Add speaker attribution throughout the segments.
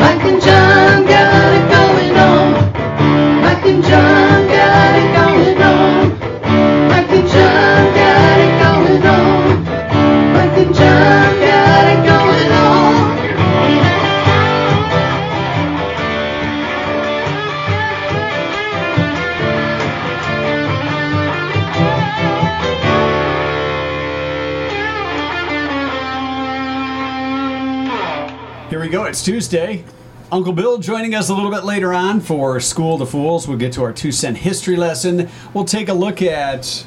Speaker 1: Mike and John got it going on. Mike and John got it going on. Mike and John got it going on. Mike and John got it going on.
Speaker 2: Here we go. It's Tuesday. Uncle Bill joining us a little bit later on for School to Fools. We'll get to our two cent history lesson. We'll take a look at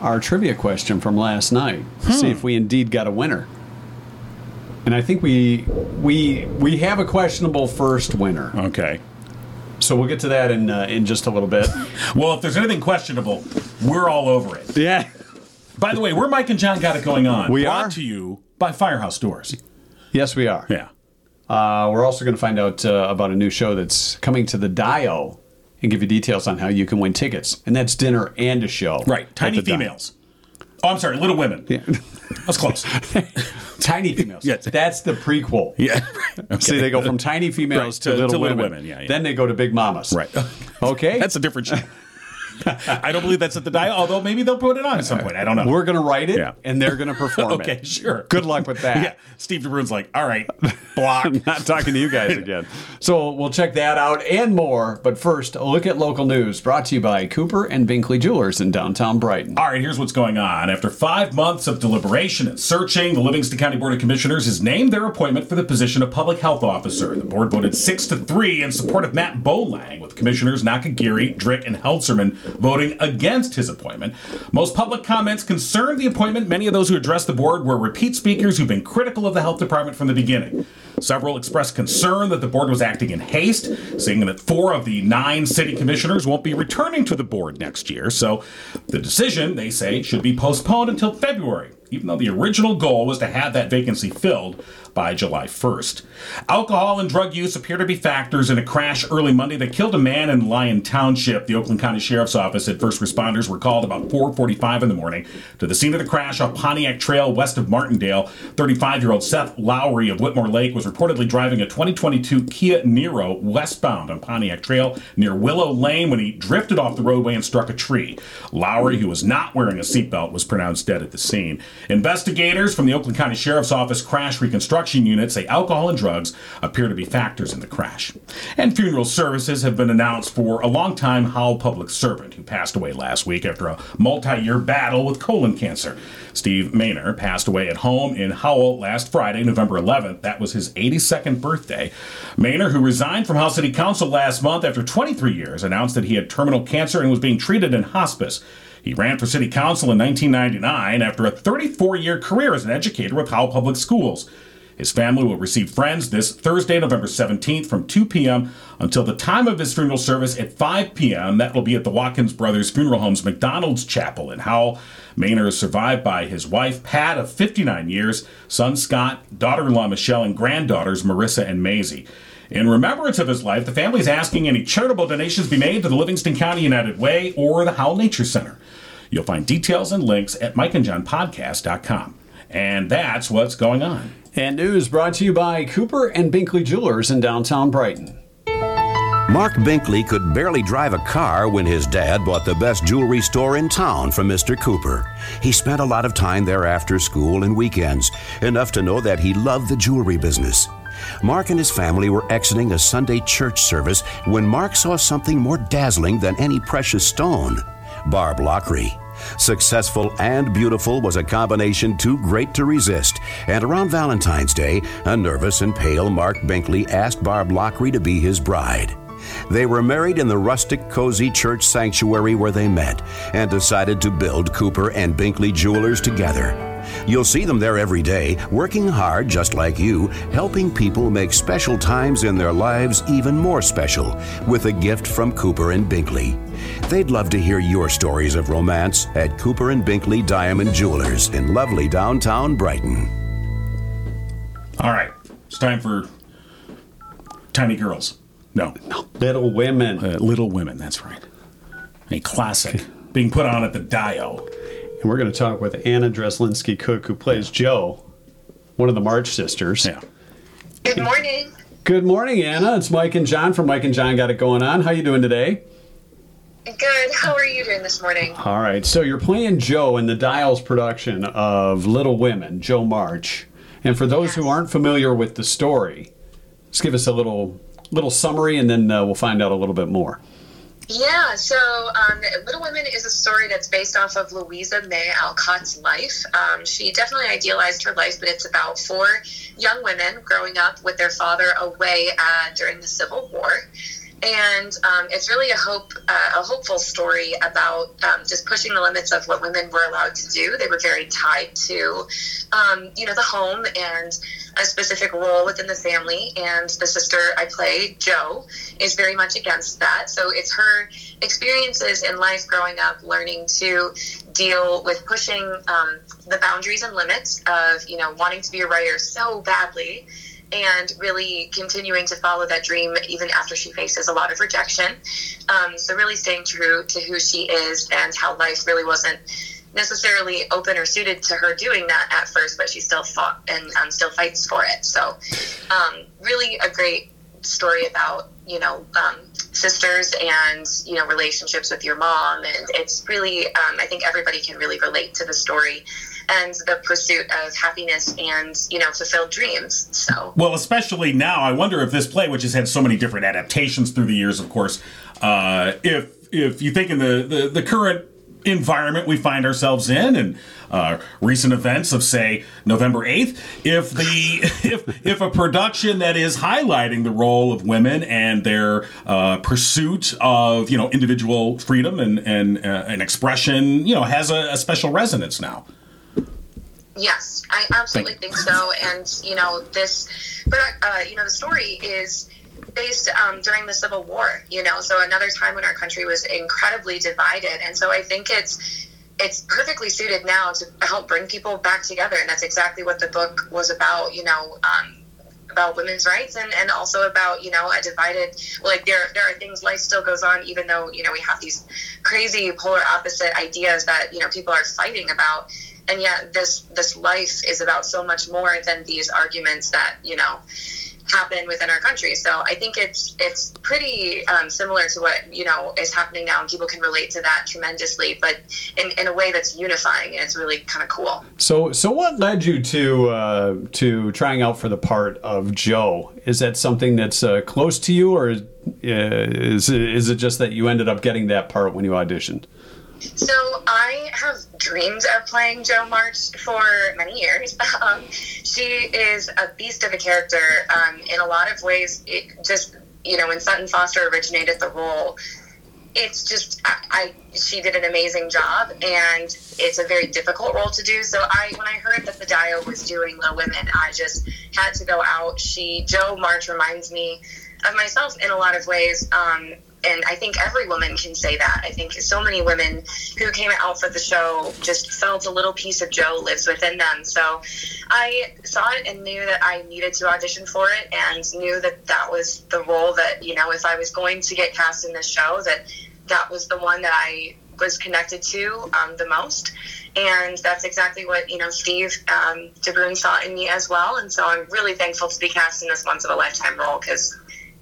Speaker 2: our trivia question from last night. See
Speaker 3: Hmm.
Speaker 2: if we indeed got a winner. And I think we we we have a questionable first winner.
Speaker 3: Okay.
Speaker 2: So we'll get to that in uh, in just a little bit.
Speaker 3: Well, if there's anything questionable, we're all over it.
Speaker 2: yeah.
Speaker 3: By the way, we're Mike and John got it going on.
Speaker 2: We
Speaker 3: Brought
Speaker 2: are?
Speaker 3: to you by Firehouse Doors.
Speaker 2: Yes, we are.
Speaker 3: Yeah.
Speaker 2: Uh, we're also going to find out uh, about a new show that's coming to the Dio and give you details on how you can win tickets. And that's dinner and a show.
Speaker 3: Right.
Speaker 2: at
Speaker 3: Tiny
Speaker 2: the Dio.
Speaker 3: females. Oh, I'm sorry. Little Women.
Speaker 2: Yeah.
Speaker 3: That's close.
Speaker 2: Tiny females.
Speaker 3: Yeah.
Speaker 2: That's the prequel.
Speaker 3: yeah.
Speaker 2: See, they go from tiny females
Speaker 3: Right,
Speaker 2: to,
Speaker 3: to-
Speaker 2: little
Speaker 3: to
Speaker 2: women.
Speaker 3: Little Women, yeah, yeah.
Speaker 2: Then they go to big mamas.
Speaker 3: Right.
Speaker 2: Okay.
Speaker 3: That's a different show. I don't believe that's at the dial, although maybe they'll put it on at some point. I don't know.
Speaker 2: We're going to write it
Speaker 3: Yeah.
Speaker 2: and they're going to perform it.
Speaker 3: okay, sure.
Speaker 2: Good luck with that.
Speaker 3: Yeah. Steve DeBruin's like, all right, block.
Speaker 2: Not talking to you guys again. So we'll check that out and more. But first, a look at local news brought to you by Cooper and Binkley Jewelers in downtown Brighton.
Speaker 3: All right, here's what's going on. After five months of deliberation and searching, the Livingston County Board of Commissioners has named their appointment for the position of public health officer. The board voted six to three in support of Matt Bolang, with commissioners Nakagiri, Drick, and Heltzerman voting against his appointment. Most public comments concerned the appointment. Many of those who addressed the board were repeat speakers who've been critical of the health department from the beginning. Several expressed concern that the board was acting in haste, seeing that four of the nine city commissioners won't be returning to the board next year. So the decision, they say, should be postponed until February, even though the original goal was to have that vacancy filled by July 1st. Alcohol and drug use appear to be factors in a crash early Monday that killed a man in Lyon Township. The Oakland County Sheriff's Office said first responders were called about 4:45 in the morning to the scene of the crash off Pontiac Trail west of Martindale. 35-year-old Seth Lowry of Whitmore Lake was reportedly driving a 2022 Kia Niro westbound on Pontiac Trail near Willow Lane when he drifted off the roadway and struck a tree. Lowry, who was not wearing a seatbelt, was pronounced dead at the scene. Investigators from the Oakland County Sheriff's Office Crash Reconstruction Unit say alcohol and drugs appear to be factors in the crash. And funeral services have been announced for a longtime Howell public servant who passed away last week after a multi year battle with colon cancer. Steve Maynor passed away at home in Howell last Friday, November 11th. That was his 82nd birthday. Maynor, who resigned from House City Council last month after 23 years, announced that he had terminal cancer and was being treated in hospice. He ran for city council in 1999 after a 34 year career as an educator with Howell Public Schools. His family will receive friends this Thursday, November 17th from 2 p.m. until the time of his funeral service at 5 p.m. That will be at the Watkins Brothers Funeral Home's McDonald's Chapel in Howell. Maynard is survived by his wife, Pat, of 59 years, son Scott, daughter in law Michelle, and granddaughters Marissa and Maisie. In remembrance of his life, the family is asking any charitable donations be made to the Livingston County United Way or the Howell Nature Center. You'll find details and links at mikeandjohnpodcast.com. And that's what's going on.
Speaker 2: And news brought to you by Cooper and Binkley Jewelers in downtown Brighton.
Speaker 4: Mark Binkley could barely drive a car when his dad bought the best jewelry store in town from Mr. Cooper. He spent a lot of time there after school and weekends, enough to know that he loved the jewelry business. Mark and his family were exiting a Sunday church service when Mark saw something more dazzling than any precious stone Barb Lockery. Successful and beautiful was a combination too great to resist. And around Valentine's Day, a nervous and pale Mark Binkley asked Barb Lockery to be his bride. They were married in the rustic, cozy church sanctuary where they met and decided to build Cooper and Binkley Jewelers together. You'll see them there every day, working hard just like you, helping people make special times in their lives even more special with a gift from Cooper and Binkley. They'd love to hear your stories of romance at Cooper and Binkley Diamond Jewelers in lovely downtown Brighton.
Speaker 3: All right, it's time for Tiny Girls. No,
Speaker 2: Little Women.
Speaker 3: uh, Little Women, that's right. A classic being put on at the Dio.
Speaker 2: And we're going to talk with Anna Dreslinski Cook, who plays Joe, one of the March sisters.
Speaker 3: Yeah.
Speaker 5: Good morning.
Speaker 2: Good morning, Anna. It's Mike and John from Mike and John Got It Going On. How you doing today?
Speaker 5: Good. How are you doing this morning?
Speaker 2: All right. So you're playing Joe in the Dials production of Little Women, Joe March. And for those who aren't familiar with the story, just give us a little little summary, and then uh, we'll find out a little bit more.
Speaker 5: Yeah, so um, Little Women is a story that's based off of Louisa May Alcott's life. Um, she definitely idealized her life, but it's about four young women growing up with their father away uh, during the Civil War. And um, it's really a hope, uh, a hopeful story about um, just pushing the limits of what women were allowed to do. They were very tied to, um, you know, the home and a specific role within the family. And the sister I play, Jo, is very much against that. So it's her experiences in life growing up, learning to deal with pushing um, the boundaries and limits of, you know, wanting to be a writer so badly and really continuing to follow that dream even after she faces a lot of rejection. Um, so, really staying true to who she is and how life really wasn't necessarily open or suited to her doing that at first, but she still fought and um, still fights for it. So, um, really a great story about you know um, sisters and you know relationships with your mom and it's really um, i think everybody can really relate to the story and the pursuit of happiness and you know fulfilled dreams so
Speaker 3: Well, especially now, I wonder if this play, which has had so many different adaptations through the years, of course, uh, if if you think in the, the, the current environment we find ourselves in and uh, recent events of say November 8th if the if if a production that is highlighting the role of women and their uh, pursuit of you know individual freedom and and, uh, and expression you know has a, a special resonance now
Speaker 5: Yes, I absolutely
Speaker 3: Thank
Speaker 5: think so. And you know, this, but uh, you know, the story is based um, during the Civil War. You know, so another time when our country was incredibly divided, and so I think it's it's perfectly suited now to help bring people back together, and that's exactly what the book was about. You know. Um, about women's rights and, and also about you know a divided like there there are things life still goes on even though you know we have these crazy polar opposite ideas that you know people are fighting about and yet this this life is about so much more than these arguments that you know happen within our country so i think it's it's pretty um, similar to what you know is happening now and people can relate to that tremendously but in, in a way that's unifying and it's really kind of cool
Speaker 2: So, so what led you to uh, to trying out for the part of Joe? Is that something that's uh, close to you, or is, is it- is it just that you ended up getting that part when you auditioned?
Speaker 5: So I have dreamed of playing Jo March for many years. Um, she is a beast of a character. Um, in a lot of ways, it just you know when Sutton Foster originated the role, it's just I, I she did an amazing job, and it's a very difficult role to do. So I when I heard that the Dio was doing Little Women, I just had to go out. She Jo March reminds me of myself in a lot of ways. Um, and I think every woman can say that. I think so many women who came out for the show just felt a little piece of Joe lives within them. So I saw it and knew that I needed to audition for it and knew that that was the role that, you know, if I was going to get cast in the show, that that was the one that I was connected to um, the most. And that's exactly what, you know, Steve um, DeBruin saw in me as well. And so I'm really thankful to be cast in this once in a lifetime role because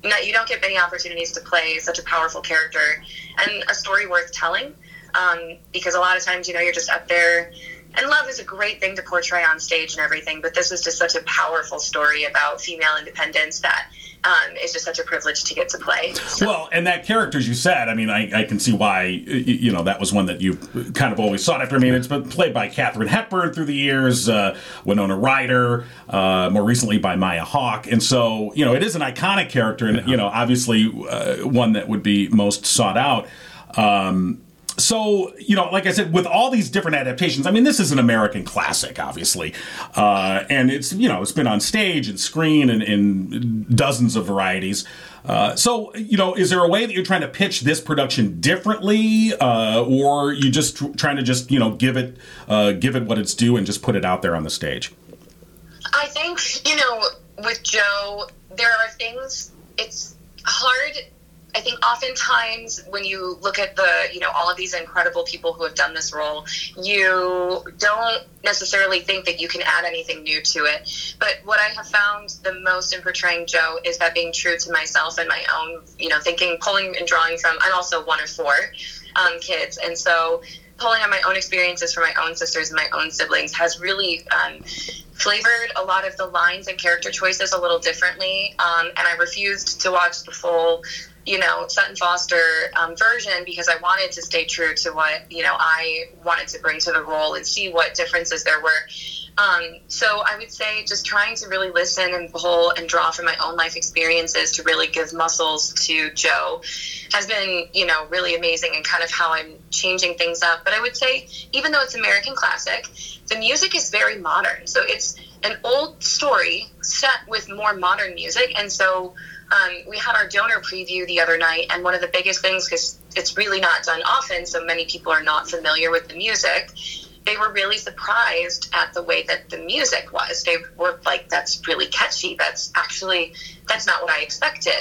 Speaker 5: no, you don't get many opportunities to play such a powerful character and a story worth telling. Um, because a lot of times, you know, you're just up there, and love is a great thing to portray on stage and everything. But this is just such a powerful story about female independence that um, is just such a privilege to get to play.
Speaker 3: Well, and that character, as you said, I mean, I, I can see why, y- y- you know, that was one that you kind of always sought after. I mean, it's been played by Katherine Hepburn through the years, uh, Winona Ryder, uh, more recently by Maya Hawke. And so, you know, it is an iconic character and, you know, obviously uh, one that would be most sought out. Um, so you know like i said with all these different adaptations i mean this is an american classic obviously uh, and it's you know it's been on stage and screen and in dozens of varieties uh, so you know is there a way that you're trying to pitch this production differently uh, or you just tr- trying to just you know give it uh, give it what it's due and just put it out there on the stage
Speaker 5: I think, you know, with Joe, there are things, it's hard I think oftentimes when you look at the, you know, all of these incredible people who have done this role, you don't necessarily think that you can add anything new to it. But what I have found the most in portraying Joe is that being true to myself and my own, you know, thinking, pulling and drawing from, I'm also one of four um, kids. And so pulling on my own experiences from my own sisters and my own siblings has really um, flavored a lot of the lines and character choices a little differently. Um, and I refused to watch the full, you know, Sutton Foster um, version because I wanted to stay true to what, you know, I wanted to bring to the role and see what differences there were. Um, so I would say just trying to really listen and pull and draw from my own life experiences to really give muscles to Joe has been, you know, really amazing and kind of how I'm changing things up. But I would say, even though it's American classic, the music is very modern. So it's an old story set with more modern music. And so um, we had our donor preview the other night, and one of the biggest things, because it's really not done often, so many people are not familiar with the music, they were really surprised at the way that the music was. They were like, that's really catchy. That's actually, that's not what I expected.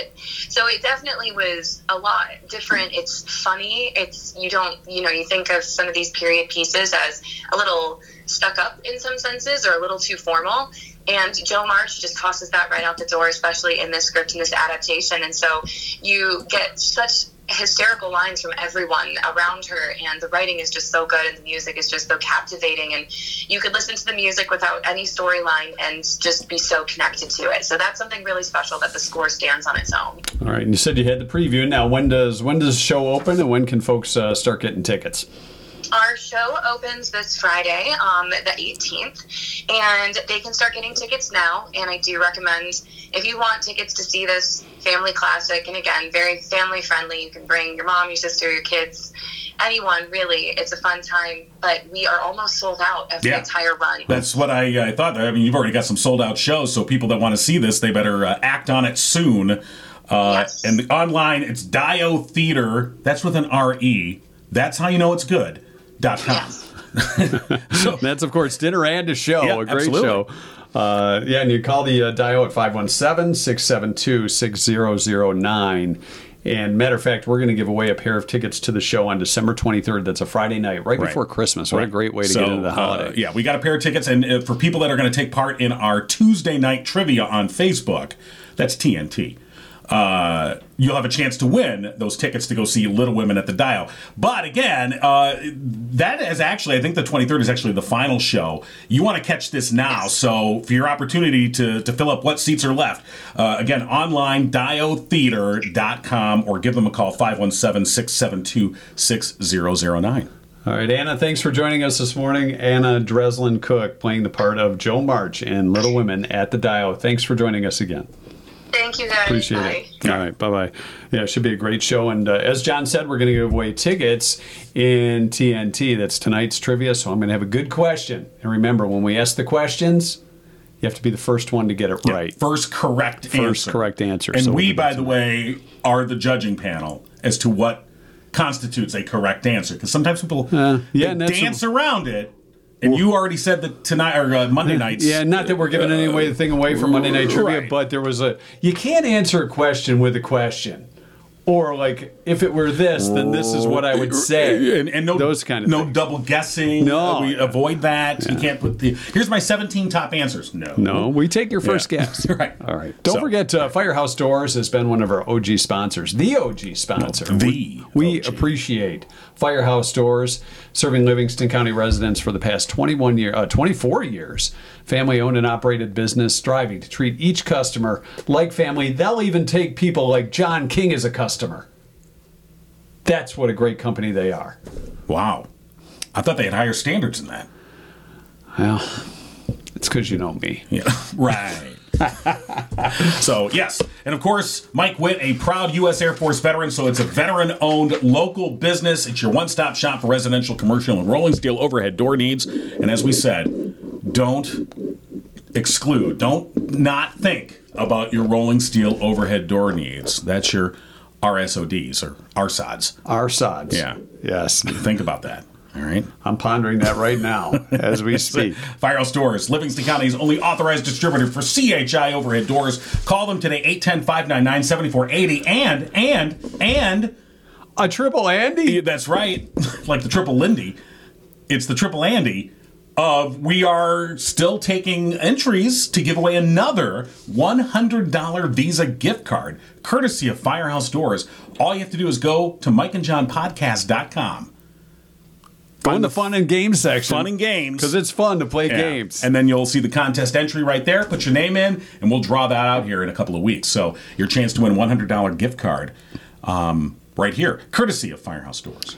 Speaker 5: So it definitely was a lot different. It's funny. It's, you don't, you know, you think of some of these period pieces as a little stuck up in some senses or a little too formal. And Joe March just tosses that right out the door, especially in this script and this adaptation. And so you get such hysterical lines from everyone around her and the writing is just so good and the music is just so captivating and you could listen to the music without any storyline and just be so connected to it so that's something really special that the score stands on its own
Speaker 2: All right, and you said you had the preview. Now, when does when does the show open, and when can folks uh, start getting tickets?
Speaker 5: Our show opens this Friday, um, the 18th, and they can start getting tickets now. And I do recommend if you want tickets to see this family classic, and again, very family friendly, you can bring your mom, your sister, your kids, anyone really. It's a fun time, but we are almost sold out of
Speaker 3: Yeah.
Speaker 5: the entire run.
Speaker 3: That's what I, I thought. I mean, you've already got some sold out shows, so people that want to see this, they better uh, act on it soon. Uh,
Speaker 5: Yes.
Speaker 3: And the online, it's Dio Theater. That's with an R E. That's how you know it's good. Dot com.
Speaker 5: Yes.
Speaker 2: That's of course dinner and a show,
Speaker 3: Yeah,
Speaker 2: a great
Speaker 3: absolutely.
Speaker 2: show. Uh, yeah, and you call the uh, Dio at 517-672-6009. And matter of fact, we're going to give away a pair of tickets to the show on December 23rd. That's a Friday night, right,
Speaker 3: Right.
Speaker 2: before Christmas. What a
Speaker 3: Right.
Speaker 2: great way to
Speaker 3: So,
Speaker 2: get into the
Speaker 3: uh,
Speaker 2: holiday.
Speaker 3: yeah, we got a pair of tickets, and uh, for people that are going to take part in our Tuesday night trivia on Facebook, that's TNT. Uh, you'll have a chance to win those tickets to go see Little Women at the Dial. But again, uh, that is actually, I think the 23rd is actually the final show. You want to catch this now, so for your opportunity to, to fill up what seats are left, uh, again, online, diotheater.com, or give them a call, 517 672 6009.
Speaker 2: All right, Anna, thanks for joining us this morning. Anna Dreslin Cook playing the part of Joe March in Little Women at the Dio. Thanks for joining us again.
Speaker 5: Thank you guys.
Speaker 2: Appreciate
Speaker 5: Bye.
Speaker 2: it. All right, bye bye. Yeah, it should be a great show. And uh, as John said, we're going to give away tickets in TNT. That's tonight's trivia. So I'm going to have a good question. And remember, when we ask the questions, you have to be the first one to get it right.
Speaker 3: First correct answer.
Speaker 2: First correct answer.
Speaker 3: And
Speaker 2: So we'll
Speaker 3: we,
Speaker 2: give
Speaker 3: by
Speaker 2: it
Speaker 3: the way, are the judging panel as to what constitutes a correct answer. Because sometimes people
Speaker 2: Uh, yeah,
Speaker 3: they
Speaker 2: and that's-
Speaker 3: dance around it. And you already said that tonight or uh, Monday nights.
Speaker 2: Yeah, not that we're giving any way thing away for Monday Night Trivia,
Speaker 3: right.
Speaker 2: but there was a you can't answer a question with a question. Or like if it were this, then this is what I would say.
Speaker 3: And, and no,
Speaker 2: Those kind of
Speaker 3: no
Speaker 2: things.
Speaker 3: double guessing.
Speaker 2: No.
Speaker 3: Uh, we avoid that. You can't put the here's my 17 top answers. No,
Speaker 2: No, we take your first
Speaker 3: Yeah.
Speaker 2: guess.
Speaker 3: Right.
Speaker 2: All right. Don't
Speaker 3: So-
Speaker 2: forget, uh, Firehouse Doors has been one of our OG sponsors, the OG sponsor.
Speaker 3: The
Speaker 2: We, we
Speaker 3: OG.
Speaker 2: appreciate Firehouse Doors, serving Livingston County residents for the past 21 year, uh, 24 years. Family owned and operated business, striving to treat each customer like family. They'll even take people like John King as a customer. That's what a great company they are.
Speaker 3: Wow, I thought they had higher standards than that.
Speaker 2: Well, it's because you know me.
Speaker 3: Yeah. Right. so, yes. And of course, Mike Witt, a proud U.S. Air Force veteran. So, it's a veteran owned local business. It's your one stop shop for residential, commercial, and rolling steel overhead door needs. And as we said, don't exclude, don't not think about your rolling steel overhead door needs. That's your RSODs or RSODs.
Speaker 2: Our sods.
Speaker 3: Yeah.
Speaker 2: Yes.
Speaker 3: Think about that. All right.
Speaker 2: I'm pondering that right now as we speak.
Speaker 3: Firehouse Doors, Livingston County's only authorized distributor for CHI overhead doors. Call them today, 810-599-7480. And, and, and,
Speaker 2: A triple Andy?
Speaker 3: that's right, like the triple Lindy, it's the triple Andy of we are still taking entries to give away another $100 Visa gift card, courtesy of Firehouse Doors. All you have to do is go to mikeandjohnpodcast.com.
Speaker 2: Go in the fun and games section.
Speaker 3: Fun and games.
Speaker 2: Because it's fun to play
Speaker 3: Yeah.
Speaker 2: games.
Speaker 3: And then you'll see the contest entry right there. Put your name in, and we'll draw that out here in a couple of weeks. So your chance to win $100 gift card um, right here, courtesy of Firehouse Doors.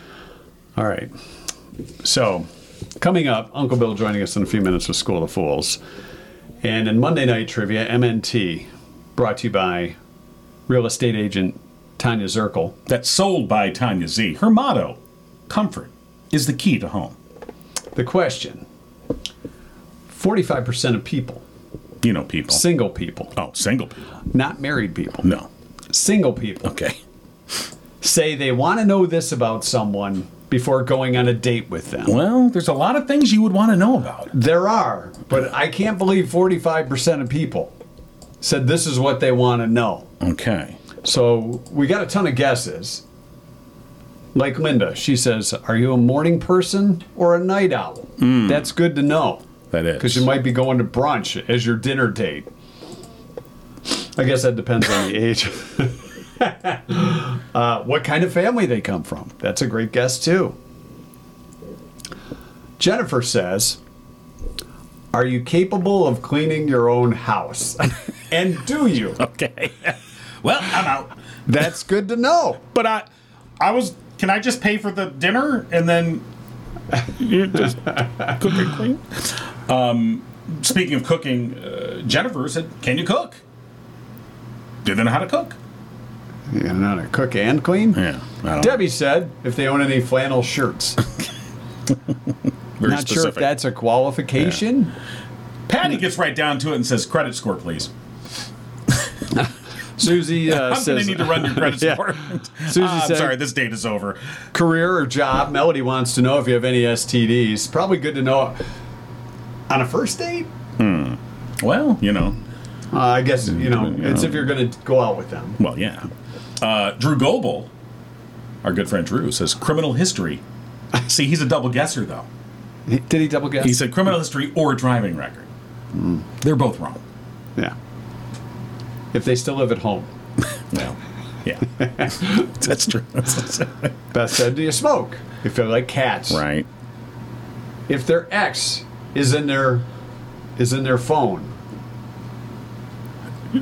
Speaker 2: All right. So, coming up, Uncle Bill joining us in a few minutes with School of Fools. And in Monday Night Trivia, MNT, brought to you by real estate agent Tanya Zirkel.
Speaker 3: That's sold by Tanya Z. Her motto, comfort, is the key to home.
Speaker 2: The question 45% of people,
Speaker 3: You know, people.
Speaker 2: single people,
Speaker 3: oh, single people.
Speaker 2: not married people,
Speaker 3: No.
Speaker 2: single people,
Speaker 3: Okay.
Speaker 2: say they want to know this about someone before going on a date with them.
Speaker 3: Well, there's a lot of things you would want to know about.
Speaker 2: There are, but I can't believe 45% of people said this is what they want to know.
Speaker 3: Okay.
Speaker 2: So we got a ton of guesses. Like Linda, she says, Are you a morning person or a night owl? That's good to know
Speaker 3: That is.
Speaker 2: because you might be going to brunch as your dinner date. I guess that depends on the age. uh, what kind of family they come from. That's a great guess, too. Jennifer says, Are you capable of cleaning your own house? and do you?
Speaker 3: Okay. well, I'm out.
Speaker 2: That's good to know.
Speaker 3: But I, I was. Can I just pay for the dinner and then you just cook and clean? Um, speaking of cooking, uh, Jennifer said, "Can you cook?" Do they know how to cook?
Speaker 2: You gotta know how to cook and clean?
Speaker 3: Yeah, I don't
Speaker 2: Debbie said if they own any flannel shirts.
Speaker 3: Very
Speaker 2: Not sure if that's a qualification.
Speaker 3: Patty gets right down to it and says, "Credit score, please."
Speaker 2: Susie uh,
Speaker 3: I'm going to
Speaker 2: says
Speaker 3: need to run your credit
Speaker 2: Yeah.
Speaker 3: score.
Speaker 2: Susie
Speaker 3: Ah, I'm
Speaker 2: said-
Speaker 3: sorry, this date is over.
Speaker 2: career or job. Melody wants to know if you have any STDs. Probably good to know on a first date.
Speaker 3: Well, you know,
Speaker 2: Uh, I guess you know
Speaker 3: Yeah.
Speaker 2: it's if you're gonna go out with them.
Speaker 3: well, yeah. Uh, Drew Goebel, our good friend Drew, says criminal history. See, he's a double guesser though.
Speaker 2: Did he double guess?
Speaker 3: He said criminal history or driving record. They're both wrong.
Speaker 2: yeah. If they still live at home,
Speaker 3: Well, yeah, that's true.
Speaker 2: Beth said, "Do you smoke? If they're like cats,
Speaker 3: right.
Speaker 2: If their ex is in their is in their phone,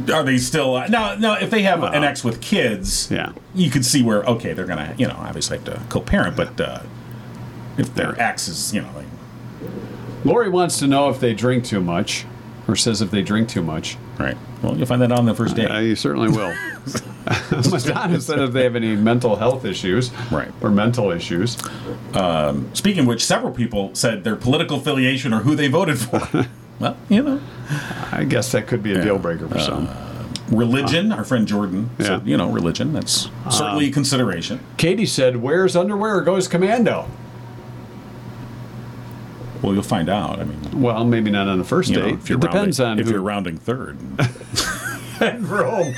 Speaker 3: Are they still uh, no? No, if they have an ex with kids,
Speaker 2: Yeah.
Speaker 3: you could see where okay, they're gonna you know obviously have to co-parent, but uh, if their ex is you know like,
Speaker 2: Lori wants to know if they drink too much, or says if they drink too much.
Speaker 3: right. Well, you'll find that out on the first date.
Speaker 2: you certainly will. Madonna said if they have any mental health issues,
Speaker 3: Right.
Speaker 2: or mental issues.
Speaker 3: Um, Speaking of which, several people said their political affiliation or who they voted for. well, you know,
Speaker 2: I guess that could be a deal breaker
Speaker 3: Uh,
Speaker 2: for some.
Speaker 3: religion. our friend Jordan said,
Speaker 2: Yeah.
Speaker 3: you know, religion. That's certainly a consideration.
Speaker 2: Katie said, "Wears underwear or goes commando."
Speaker 3: Well, you'll find out. I mean,
Speaker 2: Well, maybe not on the first
Speaker 3: you know,
Speaker 2: date.
Speaker 3: if you're
Speaker 2: it depends
Speaker 3: rounding,
Speaker 2: on
Speaker 3: if
Speaker 2: who
Speaker 3: you're rounding third.
Speaker 2: Rome.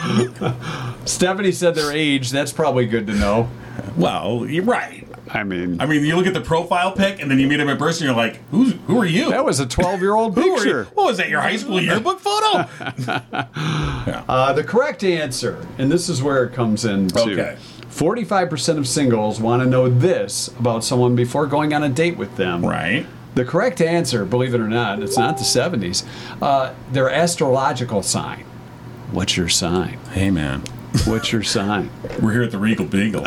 Speaker 2: Stephanie said their age. That's probably good to know.
Speaker 3: well, you're right.
Speaker 2: I mean,
Speaker 3: I mean, you look at the profile pic, and then you meet him in person. You're like, who's who are you?
Speaker 2: that was a 12-year-old
Speaker 3: who are you?
Speaker 2: picture.
Speaker 3: What was that? Your high school yearbook photo?
Speaker 2: Uh, the correct answer, and this is where it comes in too.
Speaker 3: Okay.
Speaker 2: 45% of singles want to know this about someone before going on a date with them.
Speaker 3: right.
Speaker 2: The correct answer, believe it or not, it's not the 70s, uh, their astrological sign. What's your sign?
Speaker 3: Hey, man,
Speaker 2: What's your sign?
Speaker 3: we're here at the Regal Beagle,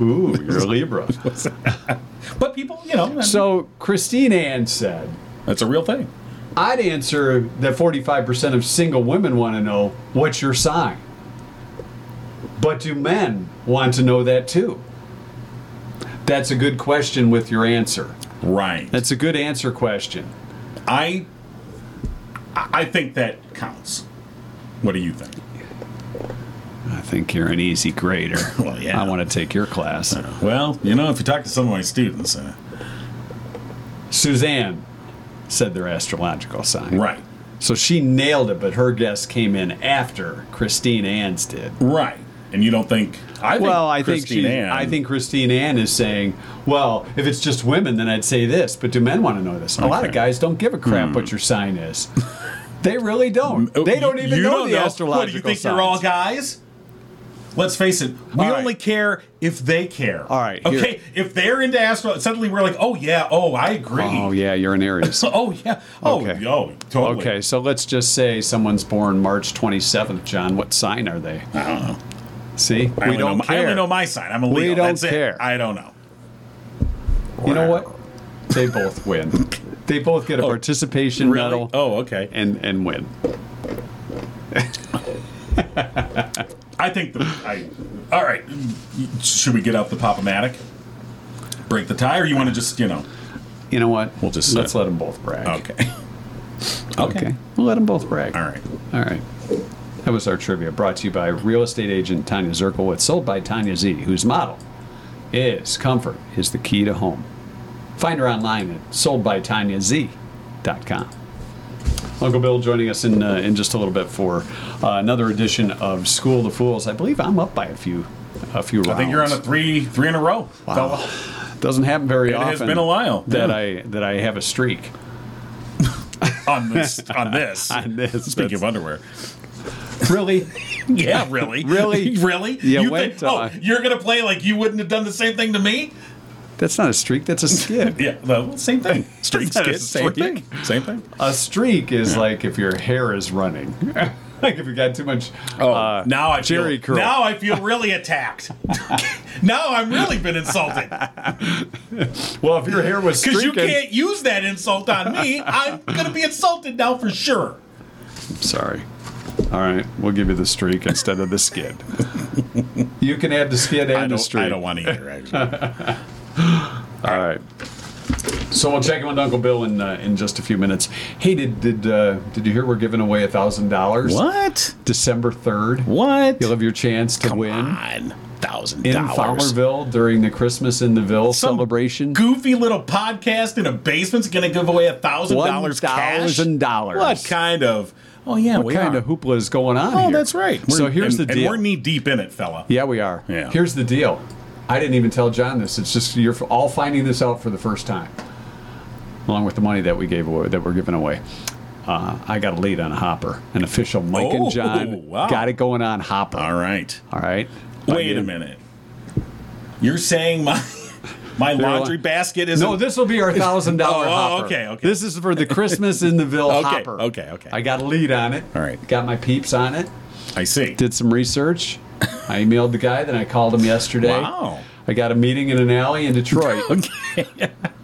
Speaker 2: Ooh, you're a Libra.
Speaker 3: but people, you know, so
Speaker 2: So Christine Ann said,
Speaker 3: that's a real thing.
Speaker 2: I'd answer that 45% of single women want to know, what's your sign? But do men want to know that too? That's a good question with your answer.
Speaker 3: Right.
Speaker 2: That's a good answer question.
Speaker 3: I I think that counts. What do you think?
Speaker 2: I think you're an easy grader.
Speaker 3: Well, yeah.
Speaker 2: I want to take your class.
Speaker 3: Well, you know, if you talk to some of my students, uh,
Speaker 2: Suzanne said their astrological sign.
Speaker 3: right,
Speaker 2: So she nailed it, but her guess came in after Christine Ann's did.
Speaker 3: right, and you don't think I think
Speaker 2: well, I think
Speaker 3: Christine
Speaker 2: she,
Speaker 3: Ann-
Speaker 2: I think Christine Ann is saying, well, if it's just women, then I'd say this, but do men want to know this? A lot of
Speaker 3: Okay. Hmm.
Speaker 2: guys don't give a crap what your sign is. they really don't.
Speaker 3: Oh,
Speaker 2: They don't
Speaker 3: you-
Speaker 2: even
Speaker 3: you
Speaker 2: know
Speaker 3: don't
Speaker 2: the astrological
Speaker 3: What do you think?
Speaker 2: signs.
Speaker 3: You're all guys. Let's face it. We
Speaker 2: All right.
Speaker 3: only care if they care.
Speaker 2: All right, here-
Speaker 3: Okay. If they're into astro, suddenly we're like, oh yeah, oh I agree.
Speaker 2: Oh yeah, you're an Aries.
Speaker 3: Oh yeah. Oh,
Speaker 2: Okay.
Speaker 3: oh totally.
Speaker 2: Okay, so let's just say someone's born March 27th, John. What sign are they?
Speaker 3: I don't know.
Speaker 2: See,
Speaker 3: I
Speaker 2: we
Speaker 3: only
Speaker 2: don't
Speaker 3: know, I
Speaker 2: care.
Speaker 3: only know my sign. I'm a Leo.
Speaker 2: We don't
Speaker 3: That's it.
Speaker 2: care.
Speaker 3: I don't know.
Speaker 2: you know what? They both win. they both get a participation
Speaker 3: Oh, Really?
Speaker 2: medal
Speaker 3: Oh, okay.
Speaker 2: and and win.
Speaker 3: I think the. I, all right. Should we get out the pop-o-matic? Break the tie, or you want to just you know?
Speaker 2: You know what?
Speaker 3: We'll just,
Speaker 2: let's
Speaker 3: uh,
Speaker 2: let them both brag.
Speaker 3: Okay.
Speaker 2: Okay. We'll let them both brag.
Speaker 3: All right.
Speaker 2: All right. That was our trivia brought to you by real estate agent Tanya Zirkowitz, sold by Tanya Z, whose model is comfort is the key to home. Find her online at soldbytanyaz.com. Uncle Bill joining us in, uh, in just a little bit for uh, another edition of School of Fools. I believe I'm up by a few a few rounds.
Speaker 3: I think you're on a three three in a row. fella.
Speaker 2: Doesn't happen very
Speaker 3: It
Speaker 2: often.
Speaker 3: has been a while.
Speaker 2: that
Speaker 3: Yeah.
Speaker 2: I that I have a streak
Speaker 3: on this on this.
Speaker 2: on this.
Speaker 3: Speaking of underwear,
Speaker 2: That's- really,
Speaker 3: yeah, really,
Speaker 2: Really?
Speaker 3: really.
Speaker 2: You
Speaker 3: thi-
Speaker 2: went,
Speaker 3: oh,
Speaker 2: uh,
Speaker 3: you're gonna play like you wouldn't have done the same thing to me?
Speaker 2: that's not a streak. That's a skid.
Speaker 3: Yeah, well, same thing. Streak,
Speaker 2: That's
Speaker 3: skid,
Speaker 2: the same
Speaker 3: streak. same thing.
Speaker 2: A streak is like if your hair is running. like if you got too much.
Speaker 3: Oh,
Speaker 2: uh,
Speaker 3: now I
Speaker 2: Jerry curl.
Speaker 3: feel, now I feel really attacked. now I'm really been insulted
Speaker 2: well, if your hair was
Speaker 3: because
Speaker 2: streaking.
Speaker 3: you can't use that insult on me. I'm gonna be insulted now for sure.
Speaker 2: Sorry. All right, we'll give you the streak instead of the skid. you can add the skid
Speaker 3: I
Speaker 2: and the
Speaker 3: don't,
Speaker 2: streak.
Speaker 3: I don't want to hear. Actually.
Speaker 2: All right. So we'll check in with Uncle Bill in uh, in just a few minutes. Hey, did did uh, did you hear we're giving away a thousand dollars?
Speaker 3: what?
Speaker 2: December third.
Speaker 3: What?
Speaker 2: You'll have your chance to win
Speaker 3: on, thousand
Speaker 2: in Fowlerville during the Christmas in the Ville
Speaker 3: Some
Speaker 2: celebration.
Speaker 3: goofy little podcast in a basement's gonna give away a thousand dollars cash.
Speaker 2: $1,000.
Speaker 3: What kind of? Oh yeah,
Speaker 2: what
Speaker 3: we
Speaker 2: kind
Speaker 3: are.
Speaker 2: of hoopla is going on
Speaker 3: Oh,
Speaker 2: here?
Speaker 3: that's right.
Speaker 2: so
Speaker 3: We're-
Speaker 2: here's
Speaker 3: and-
Speaker 2: the deal.
Speaker 3: And we're knee deep in it, fella.
Speaker 2: yeah, we are.
Speaker 3: Yeah.
Speaker 2: Here's the deal. I didn't even tell John this. It's just you're all finding this out for the first time, along with the money that we gave away that we're giving away. Uh, I got a lead on Hopper, an official Mike
Speaker 3: Oh,
Speaker 2: and John
Speaker 3: wow.
Speaker 2: got it going on Hopper.
Speaker 3: All right.
Speaker 2: All right.
Speaker 3: Wait a
Speaker 2: Again.
Speaker 3: minute. You're saying my my laundry
Speaker 2: li-
Speaker 3: basket is
Speaker 2: No, this will be our thousand dollar
Speaker 3: Oh, oh,
Speaker 2: hopper.
Speaker 3: okay, okay.
Speaker 2: This is for the Christmas in the Ville
Speaker 3: Okay,
Speaker 2: hopper.
Speaker 3: okay, okay.
Speaker 2: I got a lead on it.
Speaker 3: All right.
Speaker 2: Got my peeps on it.
Speaker 3: I see.
Speaker 2: did some research. I emailed the guy, then I called him yesterday.
Speaker 3: Wow.
Speaker 2: I got a meeting in an alley in Detroit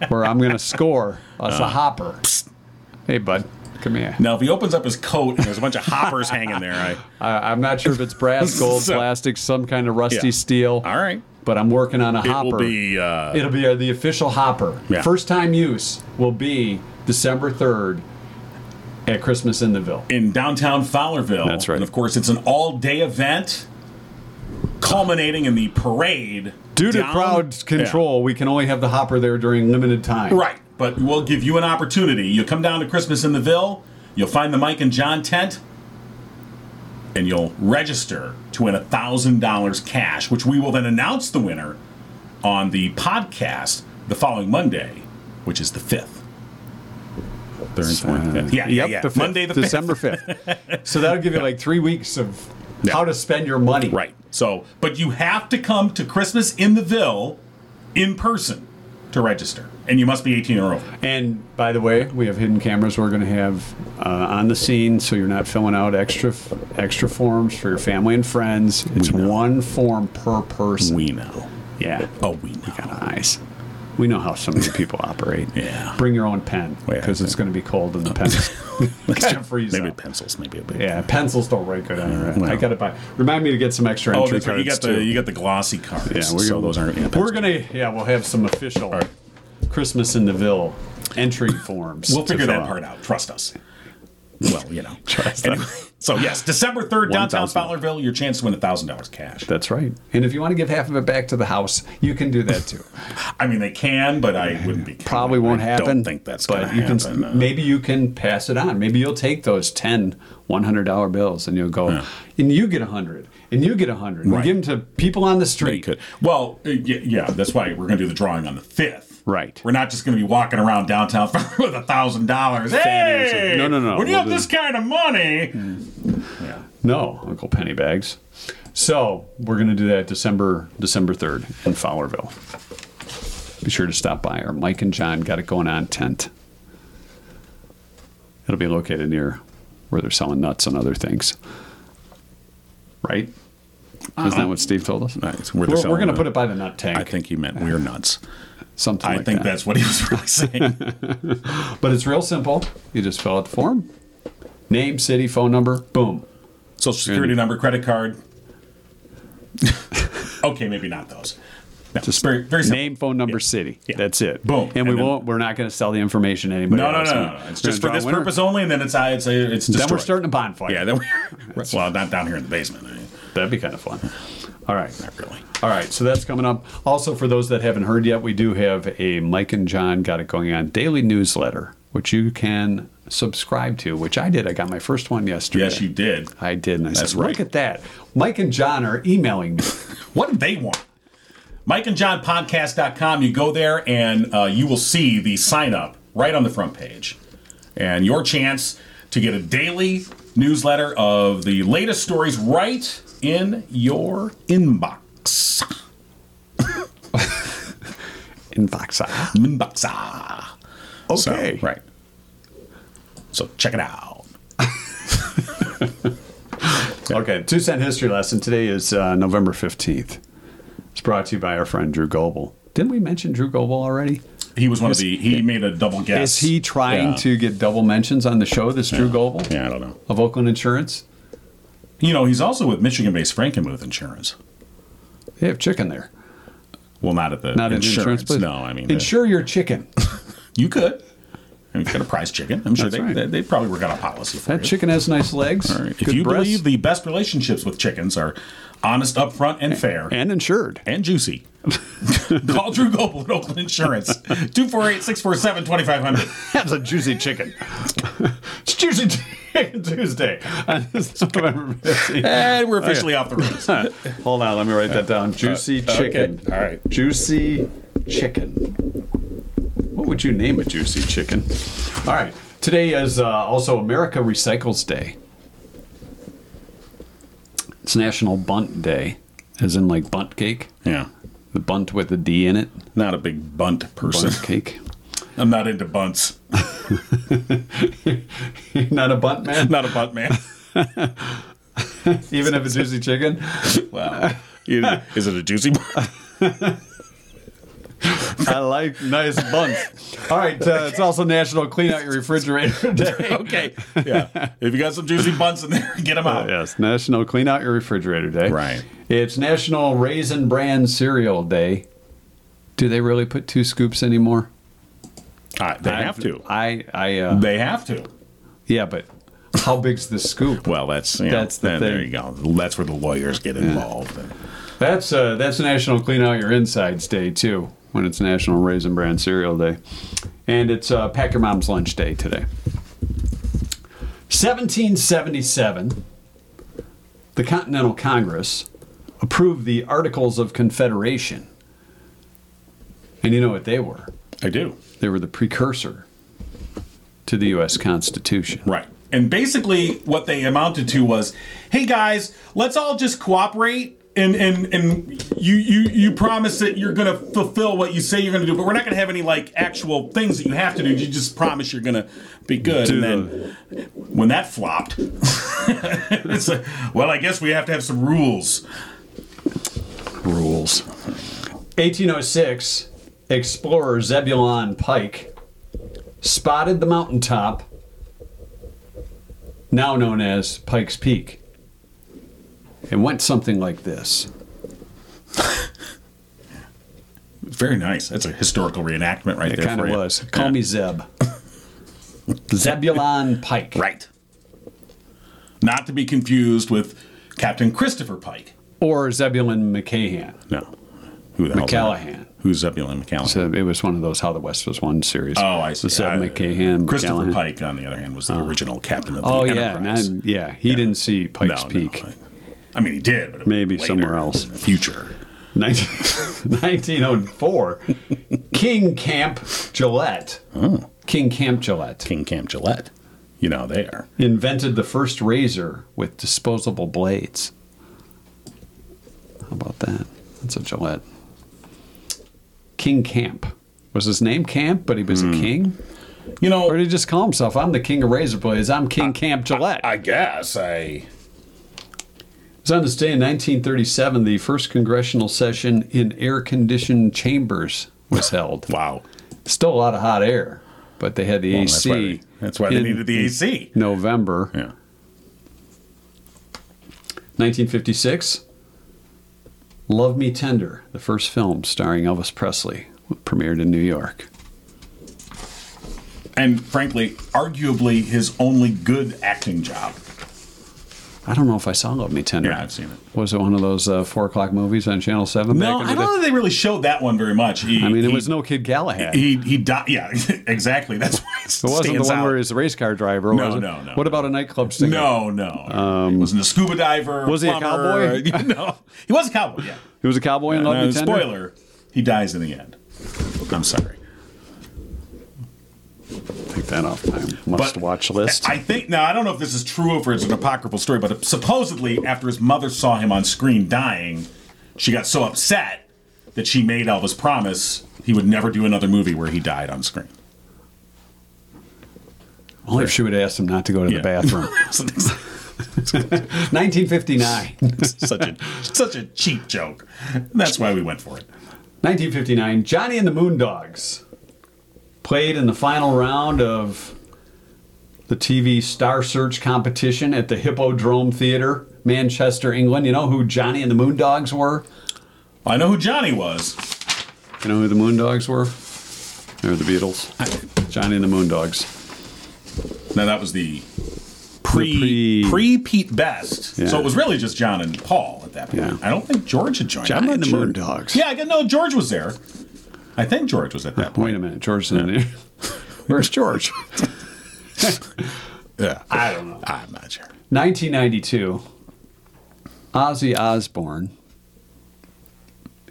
Speaker 2: where I'm going to score us
Speaker 3: Uh.
Speaker 2: a hopper. Hey, bud, come here.
Speaker 3: Now, if he opens up his coat and there's a bunch of hoppers hanging there, I
Speaker 2: I, I'm not sure if it's brass, gold,
Speaker 3: So-
Speaker 2: plastic, some kind of rusty
Speaker 3: Yeah.
Speaker 2: steel.
Speaker 3: all right.
Speaker 2: But I'm working on a
Speaker 3: It
Speaker 2: hopper.
Speaker 3: will be. Uh,
Speaker 2: It'll be uh, the official hopper.
Speaker 3: Yeah.
Speaker 2: First time use will be December 3rd at Christmas in the Ville.
Speaker 3: in downtown Fowlerville.
Speaker 2: That's right.
Speaker 3: And of course, it's an all day event culminating in the parade.
Speaker 2: Due to
Speaker 3: down-
Speaker 2: crowd control, we can only have the hopper there during limited time.
Speaker 3: Yeah. Right. But we'll give you an opportunity. You'll come down to Christmas in the Ville, you'll find the Mike and John tent, and you'll register to win $1,000 cash, which we will then announce the winner on the podcast the following Monday, which is the 5th. Third, fourth, fifth. Uh, Yeah, yeah,
Speaker 2: Yep,
Speaker 3: yeah.
Speaker 2: the fifth,
Speaker 3: Monday the 5th.
Speaker 2: December fifth. so that'll give you like three weeks of
Speaker 3: Yeah.
Speaker 2: how to spend your money.
Speaker 3: Right. So, but you have to come to Christmas in the Ville in person to register, and you must be 18 or over.
Speaker 2: And by the way, we have hidden cameras we're going to have uh, on the scene, so you're not filling out extra extra forms for your family and friends. It's
Speaker 3: know.
Speaker 2: one form per person.
Speaker 3: know.
Speaker 2: yeah.
Speaker 3: Oh, we know.
Speaker 2: Nice. We know how so many people operate.
Speaker 3: Yeah. Oh,
Speaker 2: Bring your own pen
Speaker 3: Wait, I
Speaker 2: because it's
Speaker 3: think-
Speaker 2: going to be cold in the pen. kind of freeze
Speaker 3: Maybe
Speaker 2: up.
Speaker 3: pencils, maybe a bit.
Speaker 2: Yeah, pencils don't write good on your
Speaker 3: well.
Speaker 2: I got to buy. Remind me to get some extra
Speaker 3: Oh,
Speaker 2: entry
Speaker 3: that's right.
Speaker 2: cards
Speaker 3: You got
Speaker 2: too.
Speaker 3: the you got the glossy cards.
Speaker 2: Yeah, we're
Speaker 3: so
Speaker 2: gonna,
Speaker 3: those aren't. yeah,
Speaker 2: we're
Speaker 3: pencils.
Speaker 2: gonna. Yeah, we'll have some official
Speaker 3: right.
Speaker 2: Christmas in the Ville entry forms.
Speaker 3: We'll
Speaker 2: to
Speaker 3: figure
Speaker 2: fill
Speaker 3: that part out. Trust us. Well, you know. Trust anyway, So yes, December third,
Speaker 6: One
Speaker 3: downtown
Speaker 6: thousand.
Speaker 3: Fowlerville, your chance to win thousand dollars cash.
Speaker 2: That's right. And if you want to give half of it back to the house, you can do that too.
Speaker 3: I mean, they can, but I wouldn't be.
Speaker 2: Probably won't
Speaker 3: I
Speaker 2: happen.
Speaker 3: Don't think that's
Speaker 2: but
Speaker 3: gonna
Speaker 2: you
Speaker 3: happen.
Speaker 2: can.
Speaker 3: uh,
Speaker 2: maybe you can pass it on. Maybe you'll take those 10 100 dollar bills and you'll go, and you get a hundred, and you get a hundred.
Speaker 3: Right.
Speaker 2: We give them to people on the
Speaker 3: they
Speaker 2: street.
Speaker 3: could. Well, uh, yeah, yeah, that's why we're going to do the drawing on the fifth.
Speaker 6: Right.
Speaker 3: We're not just going to be walking around downtown with a thousand dollars.
Speaker 6: Fannies.
Speaker 3: Hey,
Speaker 6: No, no, no,
Speaker 3: When you
Speaker 6: we'll
Speaker 3: have
Speaker 6: do-
Speaker 3: this kind of money,
Speaker 2: No, Uncle Pennybags. So we're gonna do that December December third in Fowlerville. Be sure to stop by. Our Mike and John got it going on tent. It'll be located near where they're selling nuts and other things. Right? Isn't that what Steve told us?
Speaker 3: Right, where they're
Speaker 2: Uh-huh. We're, we're
Speaker 3: selling
Speaker 2: gonna
Speaker 3: nuts.
Speaker 2: put it by the nut tank.
Speaker 3: I think he meant we're nuts.
Speaker 2: something.
Speaker 3: I
Speaker 2: like
Speaker 3: think
Speaker 2: that.
Speaker 3: that's what he was really saying.
Speaker 2: But it's real simple. You just fill out the form, name, city, phone number, boom.
Speaker 3: Social security number, credit card. okay, maybe not those. No,
Speaker 2: Just
Speaker 3: very, very simple.
Speaker 2: name, phone number,
Speaker 3: Yeah.
Speaker 2: city.
Speaker 3: Yeah.
Speaker 2: That's it.
Speaker 3: Boom.
Speaker 2: And, we
Speaker 3: And then-
Speaker 2: won't. We're not going to sell the information to anybody.
Speaker 3: No, no,
Speaker 2: else.
Speaker 3: no,
Speaker 2: We're
Speaker 3: no, no.
Speaker 2: gonna
Speaker 3: It's just for
Speaker 2: draw a
Speaker 3: this
Speaker 2: winner.
Speaker 3: purpose only, and then it's it's it's
Speaker 2: Then
Speaker 3: destroyed.
Speaker 2: we're starting a bonfire.
Speaker 3: Yeah, then we well, not down here in the basement. I mean,
Speaker 2: that'd be kind of fun. All right.
Speaker 3: not really.
Speaker 2: All right, so that's coming up. Also, for those that haven't heard yet, we do have a Mike and John Got It Going On daily newsletter, which you can subscribe to, which I did. I got my first one yesterday.
Speaker 3: Yes, you did.
Speaker 2: I did, and I
Speaker 3: That's
Speaker 2: said, look
Speaker 3: right.
Speaker 2: at that. Mike and John are emailing me.
Speaker 3: What do they want? Mike and John podcast.com. You go there and uh, you will see the sign up right on the front page. And your chance to get a daily newsletter of the latest stories right in your inbox.
Speaker 2: Inbox.
Speaker 3: Inbox. ah. So,
Speaker 2: Okay.
Speaker 3: right. So check it out.
Speaker 2: Okay, two cent history lesson. Today is uh, November 15th. It's brought to you by our friend Drew Goble. Didn't we mention Drew Goble already?
Speaker 3: He was one of the, he made a double
Speaker 2: Is
Speaker 3: guess.
Speaker 2: he trying
Speaker 3: Yeah.
Speaker 2: to get double mentions on the show, this Drew Goble
Speaker 3: Yeah, I don't know.
Speaker 2: of Oakland Insurance?
Speaker 3: You know, he's also with Michigan based Frankenmuth Insurance.
Speaker 2: They have chicken there.
Speaker 3: Well, not at the
Speaker 2: Not an
Speaker 3: insurance.
Speaker 2: insurance place.
Speaker 3: No, I mean, the-
Speaker 2: insure your chicken.
Speaker 3: You could. I mean, if you got a prize chicken. I'm sure
Speaker 2: That's
Speaker 3: they,
Speaker 2: right.
Speaker 3: they, they probably work out a policy for
Speaker 2: That
Speaker 3: you.
Speaker 2: chicken has nice legs.
Speaker 3: All right. If
Speaker 2: good
Speaker 3: you
Speaker 2: breasts,
Speaker 3: believe the best relationships with chickens are honest, upfront, and fair, and,
Speaker 2: and insured.
Speaker 3: juicy, call Drew Goble at Oakland Insurance 248 647 2500.
Speaker 2: That's a juicy chicken. it's juicy chicken Tuesday. It's November 15th.
Speaker 3: And we're officially off the rails.
Speaker 2: Hold on, let me write that down. Juicy chicken.
Speaker 3: All right.
Speaker 2: Juicy chicken. What would you name a juicy chicken? All right. Today is uh, also America Recycles Day. It's National Bunt Day, as in like bunt cake,
Speaker 3: Yeah.
Speaker 2: the bunt with a D in it.
Speaker 3: Not a big bunt person.
Speaker 2: Bunt cake.
Speaker 3: I'm not into bunts.
Speaker 2: Not a bunt man,
Speaker 3: Not a bunt man.
Speaker 2: even if it's juicy chicken.
Speaker 3: Wow. Is it a juicy bun?
Speaker 2: I like nice bunts. All right, uh, it's also National Clean Out Your Refrigerator Day.
Speaker 3: okay. Yeah. If you got some juicy bunts in there, get them out.
Speaker 2: Oh, Yes, National Clean Out Your Refrigerator Day.
Speaker 3: Uh, Right.
Speaker 2: It's National Raisin Bran Cereal Day. Do they really put two scoops anymore?
Speaker 3: Uh, they have to.
Speaker 2: I, I, uh,
Speaker 3: They have to.
Speaker 2: yeah, but how big's the scoop?
Speaker 3: Well, that's you know,
Speaker 2: That's the
Speaker 3: then there
Speaker 2: thing.
Speaker 3: you go. That's where the lawyers get involved.
Speaker 2: That's uh, that's National Clean Out Your Insides Day too. When it's National Raisin Bran Cereal Day, and it's uh, Pack Your Mom's Lunch Day today. 1777, the Continental Congress approved the Articles of Confederation, and you know what they were?
Speaker 3: I do.
Speaker 2: They were the precursor to the U.S. Constitution.
Speaker 3: Right. And basically, what they amounted to was, hey guys, let's all just cooperate. And, and, and you, you you promise that you're gonna fulfill what you say you're gonna do, but we're not gonna have any like actual things that you have to do. You just promise you're gonna be good. and then when that flopped, it's like, well, I guess we have to have some rules.
Speaker 2: rules. 1806, explorer Zebulon Pike spotted the mountaintop now known as Pike's Peak. It went something like this.
Speaker 3: Very nice. That's a historical reenactment right
Speaker 2: It
Speaker 3: there.
Speaker 2: kind of
Speaker 3: for you.
Speaker 2: was.
Speaker 3: Yeah.
Speaker 2: Call me Zeb. Zebulon Pike.
Speaker 3: Right. not to be confused with Captain Christopher Pike.
Speaker 2: Or Zebulon McCahan.
Speaker 3: No. Who the hell is that?
Speaker 2: McCallahan.
Speaker 3: Who's Zebulon McCallahan?
Speaker 2: So it was one of those How the West Was Won series.
Speaker 3: Oh, I see.
Speaker 2: The Seb
Speaker 3: I-
Speaker 2: McCahan.
Speaker 3: Christopher
Speaker 2: McCallahan.
Speaker 3: Pike, on the other hand, was the original captain of the
Speaker 2: Oh, yeah.
Speaker 3: Enterprise.
Speaker 2: and I- yeah. He didn't see Pike's Peak.
Speaker 3: I- I mean, he did, but it was
Speaker 2: Maybe
Speaker 3: later,
Speaker 2: somewhere else.
Speaker 3: in the future.
Speaker 2: 19- 1904. King Camp Gillette. King Camp Gillette
Speaker 3: King Camp Gillette. You know they are.
Speaker 2: invented the first razor with disposable blades. How about that? That's a Gillette. King Camp. Was his name Camp, but he was
Speaker 3: Hmm.
Speaker 2: a king?
Speaker 3: You know,
Speaker 2: Or did he just call himself, I'm the king of razor blades, I'm King Camp Gillette?
Speaker 3: I guess I.
Speaker 2: It was on this day in 1937, the first congressional session in air conditioned chambers was held.
Speaker 3: Wow.
Speaker 2: Still a lot of hot air, but they had the
Speaker 3: Well, that's
Speaker 2: AC.
Speaker 3: why they, that's why they
Speaker 2: in
Speaker 3: needed the AC.
Speaker 2: November
Speaker 3: Yeah.
Speaker 2: 1956. Love Me Tender, the first film starring Elvis Presley, premiered in New York.
Speaker 3: And frankly, arguably his only good acting job.
Speaker 2: I don't know if I saw Love Me Tender.
Speaker 3: Yeah, I've seen it.
Speaker 2: Was it one of those uh, four o'clock movies on Channel Seven?
Speaker 3: No,
Speaker 2: back
Speaker 3: I
Speaker 2: in the
Speaker 3: don't
Speaker 2: day?
Speaker 3: know that they really showed that one very much. He,
Speaker 2: I mean, it
Speaker 3: he-
Speaker 2: was no Kid Galahad.
Speaker 3: He he died. Yeah, exactly. That's why it
Speaker 2: it wasn't the
Speaker 3: stands
Speaker 2: one
Speaker 3: out.
Speaker 2: where he's a race car driver.
Speaker 3: No,
Speaker 2: was it?
Speaker 3: no, no.
Speaker 2: What about a nightclub singer?
Speaker 3: No, no. he wasn't a scuba diver.
Speaker 2: Um, Was he a
Speaker 3: plumber,
Speaker 2: cowboy?
Speaker 3: no, he was a cowboy. Yeah. Uh,
Speaker 2: He was a cowboy in Love
Speaker 3: No,
Speaker 2: Me Tender.
Speaker 3: spoiler: he dies in the end. I'm sorry.
Speaker 2: Take that off my must-watch list.
Speaker 3: I think now I don't know if this is true or if it's an apocryphal story, but supposedly after his mother saw him on screen dying, she got so upset that she made Elvis promise he would never do another movie where he died on screen.
Speaker 2: Only if she would ask him not to go to
Speaker 3: Yeah.
Speaker 2: the bathroom.
Speaker 3: So
Speaker 2: 1959.
Speaker 3: it's such a such a cheap joke. That's why we went for it.
Speaker 2: 1959. Johnny and the Moondogs played in the final round of the TV Star Search competition at the Hippodrome Theater, Manchester, England. You know who Johnny and the Moondogs were?
Speaker 3: I know who Johnny was.
Speaker 2: You know who the Moondogs were? They were the Beatles. Johnny and the Moondogs.
Speaker 3: Now that was the pre
Speaker 2: The pre-
Speaker 3: pre Pete Best,
Speaker 2: Yeah.
Speaker 3: so it was really just John and Paul at that point.
Speaker 2: Yeah.
Speaker 3: I don't think George had joined.
Speaker 2: Johnny
Speaker 3: I'm
Speaker 2: and
Speaker 3: not
Speaker 2: the
Speaker 3: sure.
Speaker 2: Moondogs.
Speaker 3: Yeah, I got no. George was there. I think George was at that point.
Speaker 2: Wait a minute, George's in there. Where's George?
Speaker 3: Yeah,
Speaker 2: I don't know.
Speaker 3: I'm not sure.
Speaker 2: 1992, Ozzy Osbourne.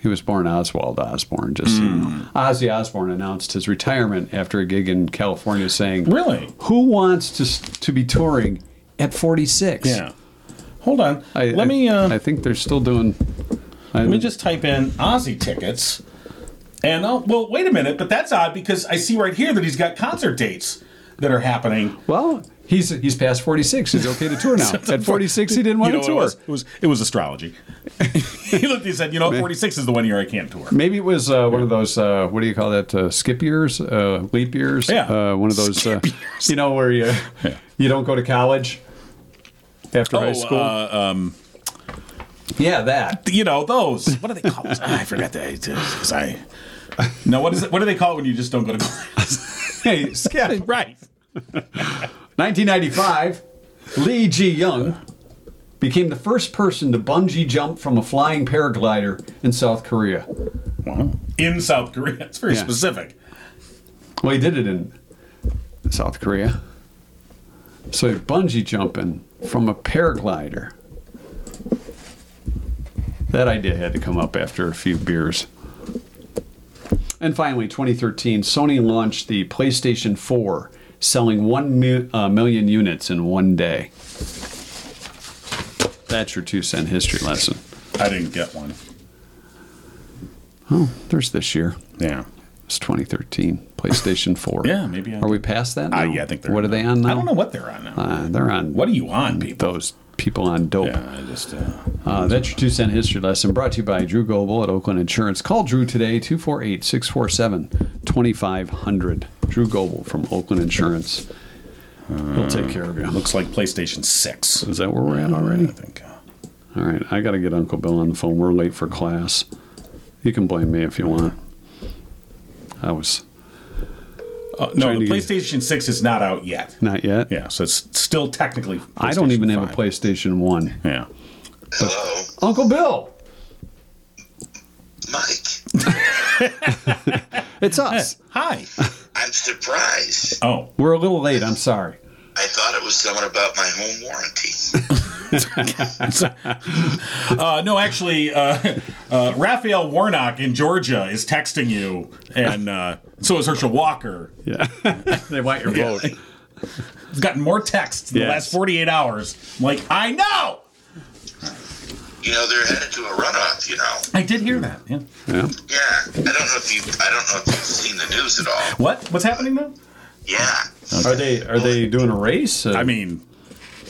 Speaker 2: He was born Oswald Osbourne, just so you
Speaker 3: Mm.
Speaker 2: know. Ozzy Osbourne announced his retirement after a gig in California, saying,
Speaker 3: Really?
Speaker 2: Who wants to, s- to be touring at 46?
Speaker 3: Yeah. Hold on.
Speaker 2: I,
Speaker 3: let
Speaker 2: I-
Speaker 3: me uh,
Speaker 2: I think they're still doing. I,
Speaker 3: let me just type in Ozzy tickets, and I'll, well, wait a minute. But that's odd because I see right here that he's got concert dates that are happening.
Speaker 2: well, he's he's past 46. He's okay to tour now. at 46, he didn't want
Speaker 3: You know
Speaker 2: to
Speaker 3: what
Speaker 2: tour.
Speaker 3: it was? It was it was astrology. he looked. He said, "You know, 46 is the one year I can't tour."
Speaker 2: Maybe it was uh, one of those uh, what do you call that? Uh, skip years, uh, leap years.
Speaker 3: Yeah.
Speaker 2: uh, one of those. Uh,
Speaker 3: Skip years.
Speaker 2: you know where you you don't go to college after high school.
Speaker 3: uh, um,
Speaker 2: yeah, that
Speaker 3: you know those. What are they called? Ah, I forgot that. Because I. No, what is it? What do they call it when you just don't go to class?
Speaker 2: hey, skip.
Speaker 3: right.
Speaker 2: 1995, Lee Ji Young became the first person to bungee jump from a flying paraglider in South Korea.
Speaker 3: In South Korea, it's very
Speaker 2: Yeah.
Speaker 3: specific.
Speaker 2: Well, he did it in South Korea. So he's bungee jumping from a paraglider. That idea had to come up after a few beers. And finally, 2013, Sony launched the PlayStation 4, selling 1 mi- uh, million units in one day. That's your two cent history lesson.
Speaker 3: I didn't get one.
Speaker 2: There's this year.
Speaker 3: Yeah.
Speaker 2: It's 2013, PlayStation 4.
Speaker 3: Yeah, maybe I-
Speaker 2: Are we past that?
Speaker 3: Ah,
Speaker 2: now?
Speaker 3: yeah, I think they're.
Speaker 2: What are they on now?
Speaker 3: I don't know what they're on now.
Speaker 2: Uh, they're on
Speaker 3: what are you on, people?
Speaker 2: those people on dope.
Speaker 3: Yeah, I just. Uh,
Speaker 2: Uh, that's your two cent history lesson brought to you by Drew Goble at Oakland Insurance. Call Drew today, 248 647 2500. Drew Goble from Oakland Insurance. He'll take care of you.
Speaker 3: looks like PlayStation Six.
Speaker 2: Uh, Is that where we're at already?
Speaker 3: I think. uh,
Speaker 2: All right, I got to get Uncle Bill on the phone. We're late for class. You can blame me if you want. I was
Speaker 3: Uh, no,
Speaker 2: Trying
Speaker 3: the
Speaker 2: to get-
Speaker 3: PlayStation 6 is not out yet.
Speaker 2: Not yet.
Speaker 3: Yeah, so it's still technically.
Speaker 2: I don't even
Speaker 3: PlayStation
Speaker 2: have a
Speaker 3: 5.
Speaker 2: PlayStation One.
Speaker 3: Yeah.
Speaker 6: Hello,
Speaker 2: Uncle Bill,
Speaker 6: Mike.
Speaker 2: it's us.
Speaker 3: Hi.
Speaker 6: I'm surprised.
Speaker 3: Oh,
Speaker 2: We're a little late. I'm sorry.
Speaker 6: I thought it was someone about my home warranty.
Speaker 3: uh, no, actually, uh, uh, Raphael Warnock in Georgia is texting you, and uh, so is Herschel Walker.
Speaker 2: Yeah, they want your vote.
Speaker 3: He's gotten more texts in the
Speaker 2: Yes.
Speaker 3: last 48 hours. I'm like, I know!
Speaker 6: You know, they're headed to a runoff. You know.
Speaker 3: I did hear that. Yeah.
Speaker 6: Yeah. I don't know if you. I don't know if you've seen the news at all.
Speaker 3: What? What's happening now?
Speaker 6: Yeah.
Speaker 2: Are they are they doing a race?
Speaker 3: I mean,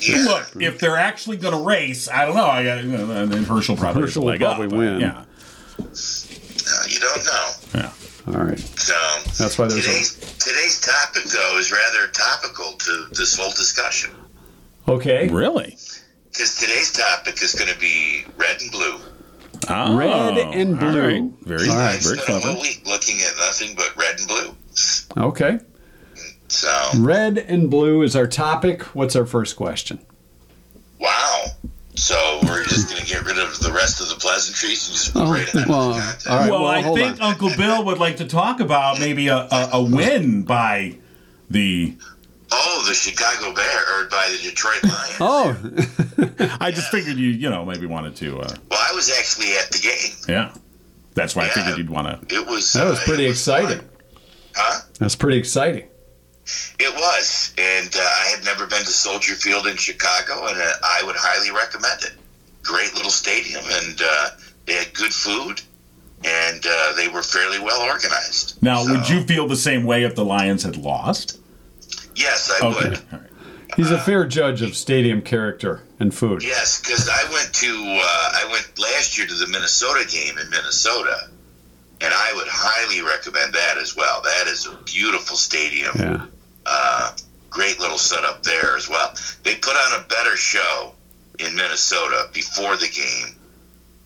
Speaker 6: Yeah.
Speaker 3: look, if they're actually going to race, I don't know. I got, you know, and then Herschel probably is
Speaker 2: Herschel
Speaker 3: a
Speaker 2: will
Speaker 3: leg up,
Speaker 2: probably
Speaker 3: but
Speaker 2: win.
Speaker 3: Yeah.
Speaker 6: No, you don't know.
Speaker 3: Yeah.
Speaker 2: all right.
Speaker 6: So
Speaker 2: That's why there's a-
Speaker 6: today's, today's topic though is rather topical to this whole discussion
Speaker 2: Okay.
Speaker 3: Really?
Speaker 6: because today's topic is going to be red and blue.
Speaker 3: Oh,
Speaker 2: Red and
Speaker 3: all
Speaker 2: blue.
Speaker 3: right. Very,
Speaker 2: All right.
Speaker 3: very
Speaker 6: Spent a
Speaker 3: clever.
Speaker 6: whole week looking at nothing but red and blue.
Speaker 2: Okay.
Speaker 6: So
Speaker 2: Red and blue is our topic. What's our first question?
Speaker 6: wow. So we're just going to get rid of the rest of the pleasantries and just move right into
Speaker 2: Oh, well,
Speaker 6: the content.
Speaker 2: all right.
Speaker 3: Well,
Speaker 2: Well,
Speaker 3: I
Speaker 2: hold
Speaker 3: think Uncle Bill would like to talk about maybe a, a, a win by the.
Speaker 6: Oh, the Chicago Bear or by the Detroit Lions.
Speaker 2: Oh,
Speaker 3: I just figured you, you know, maybe wanted to. Uh,
Speaker 6: Well, I was actually at the game.
Speaker 3: yeah. That's why I
Speaker 6: Yeah.
Speaker 3: figured you'd want to.
Speaker 6: It was
Speaker 2: that was
Speaker 6: uh,
Speaker 2: pretty
Speaker 6: it
Speaker 2: exciting.
Speaker 6: fun. Huh?
Speaker 2: That's pretty exciting.
Speaker 6: It was, and uh, I had never been to Soldier Field in Chicago, and uh, I would highly recommend it. Great little stadium, and uh, they had good food, and uh, they were fairly well organized.
Speaker 3: Now, would
Speaker 6: So-
Speaker 3: you feel the same way if the Lions had lost?
Speaker 6: Yes, I
Speaker 3: Okay.
Speaker 6: would.
Speaker 3: All right.
Speaker 2: He's a fair judge of stadium character and food.
Speaker 6: Yes, because I went to uh, I went last year to the Minnesota game in Minnesota, and I would highly recommend that as well. That is a beautiful stadium.
Speaker 2: Yeah.
Speaker 6: uh, great little setup there as well. They put on a better show in Minnesota before the game.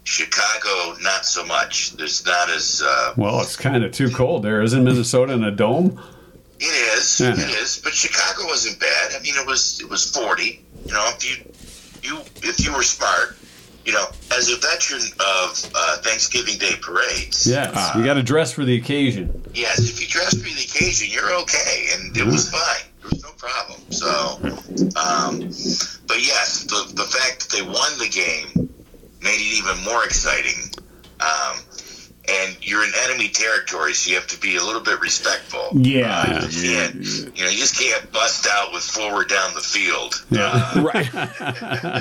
Speaker 6: Chicago, not so much. There's not as uh,
Speaker 2: Well, it's kind of too cold there. Isn't Minnesota in a dome?
Speaker 6: it is.
Speaker 2: Yeah.
Speaker 6: It is, but Chicago wasn't bad. I mean, it was it was 40. You know, if you you if you were smart, you know, as a veteran of uh, Thanksgiving Day parades,
Speaker 2: Yes. Ah. you got to dress for the occasion.
Speaker 6: yes, if you dress for the occasion, you're okay, and it was fine. There was no problem. So, um, but yes, the the fact that they won the game made it even more exciting. Um, and you're in enemy territory, so you have to be a little bit respectful.
Speaker 3: Yeah.
Speaker 6: You can't, you know, you just can't bust out with forward down the field.
Speaker 3: Right.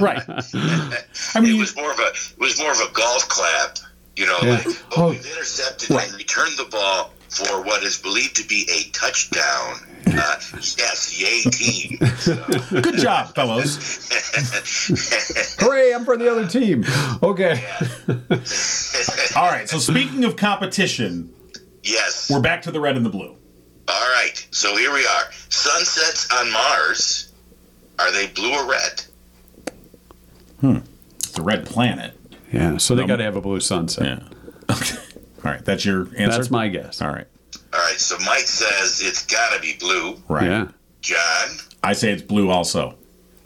Speaker 3: right. I
Speaker 6: it
Speaker 3: mean,
Speaker 6: was more of a it was more of a golf clap, you know,
Speaker 2: Yeah.
Speaker 6: like oh,
Speaker 2: Oh.
Speaker 6: we've intercepted and returned the ball for what is believed to be a touchdown. Uh, yes, yay team.
Speaker 3: good job, fellows.
Speaker 2: Hooray, I'm for the other team. Okay.
Speaker 3: All right. So, speaking of competition,
Speaker 6: yes.
Speaker 3: we're back to the red and the blue.
Speaker 6: All right. So here we are. Sunsets on Mars. Are they blue or red?
Speaker 3: The red planet.
Speaker 2: Yeah. So they got to have a blue sunset.
Speaker 3: Okay. All right. That's your answer.
Speaker 2: That's my guess.
Speaker 3: All right.
Speaker 6: All right. So Mike says it's got to be blue.
Speaker 3: Right.
Speaker 2: Yeah.
Speaker 6: John.
Speaker 3: I say it's blue also.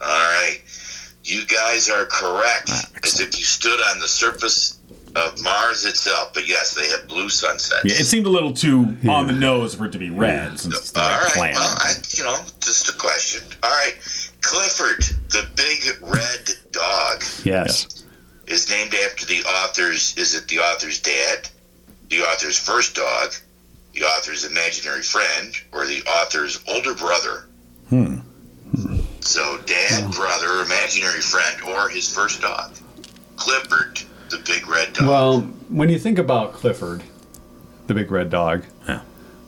Speaker 6: All right. You guys are correct.
Speaker 3: Ah,
Speaker 6: As if you stood on the surface of Mars itself. But yes, they have blue sunsets.
Speaker 3: Yeah, it seemed a little too on the nose for it to be red since it's the
Speaker 6: All
Speaker 3: red
Speaker 6: right.
Speaker 3: planet.
Speaker 6: Well, I, you know, just a question. All right. Clifford, the big red dog,
Speaker 2: Yes.
Speaker 6: is named after the author's. Is it the author's dad, the author's first dog, the author's imaginary friend, or the author's older brother? Hmm. So, dad, brother, imaginary friend, or his first dog, Clifford, the big red dog.
Speaker 2: Well, when you think about Clifford, the big red dog,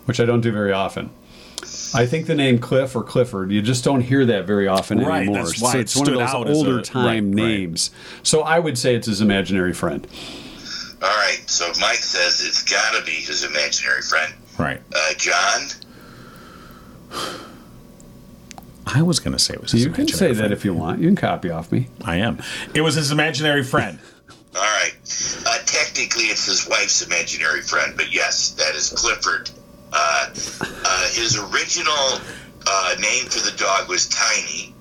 Speaker 2: which I don't do very often. I think the name Cliff or Clifford, you just don't hear that very often
Speaker 3: Right,
Speaker 2: anymore.
Speaker 3: that's why
Speaker 2: so
Speaker 3: it
Speaker 2: it's one of
Speaker 3: stood
Speaker 2: those
Speaker 3: out as a-
Speaker 2: older
Speaker 3: right,
Speaker 2: time
Speaker 3: right.
Speaker 2: names. So I would say it's his imaginary friend.
Speaker 6: All right. So, Mike says it's got to be his imaginary friend.
Speaker 3: right.
Speaker 6: Uh, John.
Speaker 3: I was going to say it was his
Speaker 2: You can
Speaker 3: imaginary
Speaker 2: say that
Speaker 3: friend.
Speaker 2: if you want. You can copy off me.
Speaker 3: I am. It was his imaginary friend.
Speaker 6: All right. Uh, technically, it's his wife's imaginary friend, but yes, that is Clifford. Uh, uh, his original uh, name for the dog was Tiny,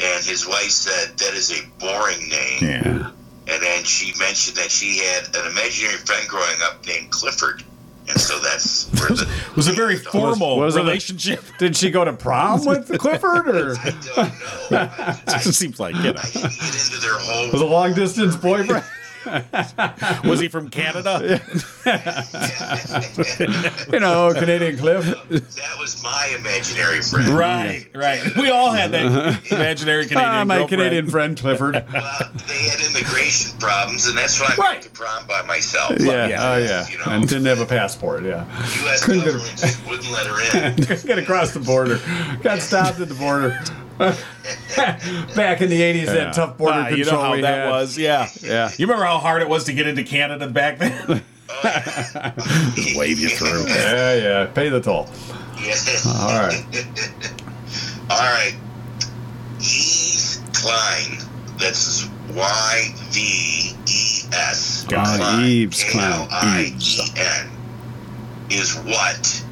Speaker 6: and his wife said that is a boring name.
Speaker 2: Yeah.
Speaker 6: And then she mentioned that she had an imaginary friend growing up named Clifford, and so that's where the
Speaker 3: It was a very formal
Speaker 7: was it a-
Speaker 3: relationship.
Speaker 7: Did she go to prom with Clifford or?
Speaker 6: I don't know. I, I
Speaker 3: it seems like you know.
Speaker 6: didn't get into their whole.
Speaker 2: Was a long distance boyfriend.
Speaker 3: Was he from Canada?
Speaker 2: you know, Canadian Cliff.
Speaker 6: that was my imaginary friend.
Speaker 3: Right, right. We all had that imaginary Canadian.
Speaker 7: Ah, my
Speaker 3: girlfriend.
Speaker 7: Canadian friend Clifford.
Speaker 6: Well, Uh, they had immigration problems, and that's why I
Speaker 3: Right.
Speaker 6: went to prom by myself.
Speaker 7: Yeah. Oh yeah.
Speaker 6: You know,
Speaker 7: And didn't have a passport. Yeah.
Speaker 6: U.S.
Speaker 2: Couldn't get a-
Speaker 6: government just wouldn't let her in.
Speaker 2: Couldn't get across the border. Got stopped at the border. Back in the 80s,
Speaker 7: Yeah.
Speaker 2: that tough border
Speaker 7: Ah,
Speaker 2: control
Speaker 3: You know how
Speaker 2: we
Speaker 3: that
Speaker 2: had.
Speaker 3: was, yeah.
Speaker 7: Yeah.
Speaker 3: You remember how hard it was to get into Canada back then?
Speaker 6: Wave you through.
Speaker 2: Yeah, yeah. Pay the toll.
Speaker 6: All
Speaker 2: right.
Speaker 6: All right. Yves Klein. That's Y V E S.
Speaker 7: God, Yves Klein. Yves.
Speaker 6: K-L-I-E-N, E Is what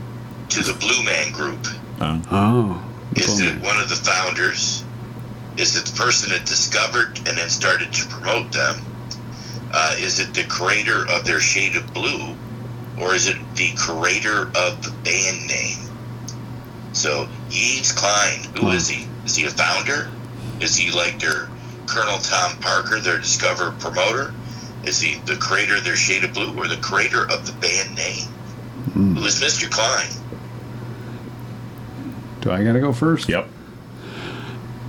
Speaker 6: to the Blue Man Group?
Speaker 7: Oh.
Speaker 6: Is it one of the founders? Is it the person that discovered and then started to promote them? Uh, is it the creator of their shade of blue? Or is it the creator of the band name? So, Yeats Klein, who is he? Is he a founder? Is he like their Colonel Tom Parker, their discoverer promoter? Is he the creator of their shade of blue or the creator of the band name? Who is Mr. Klein?
Speaker 7: Do I gotta go first?
Speaker 3: Yep.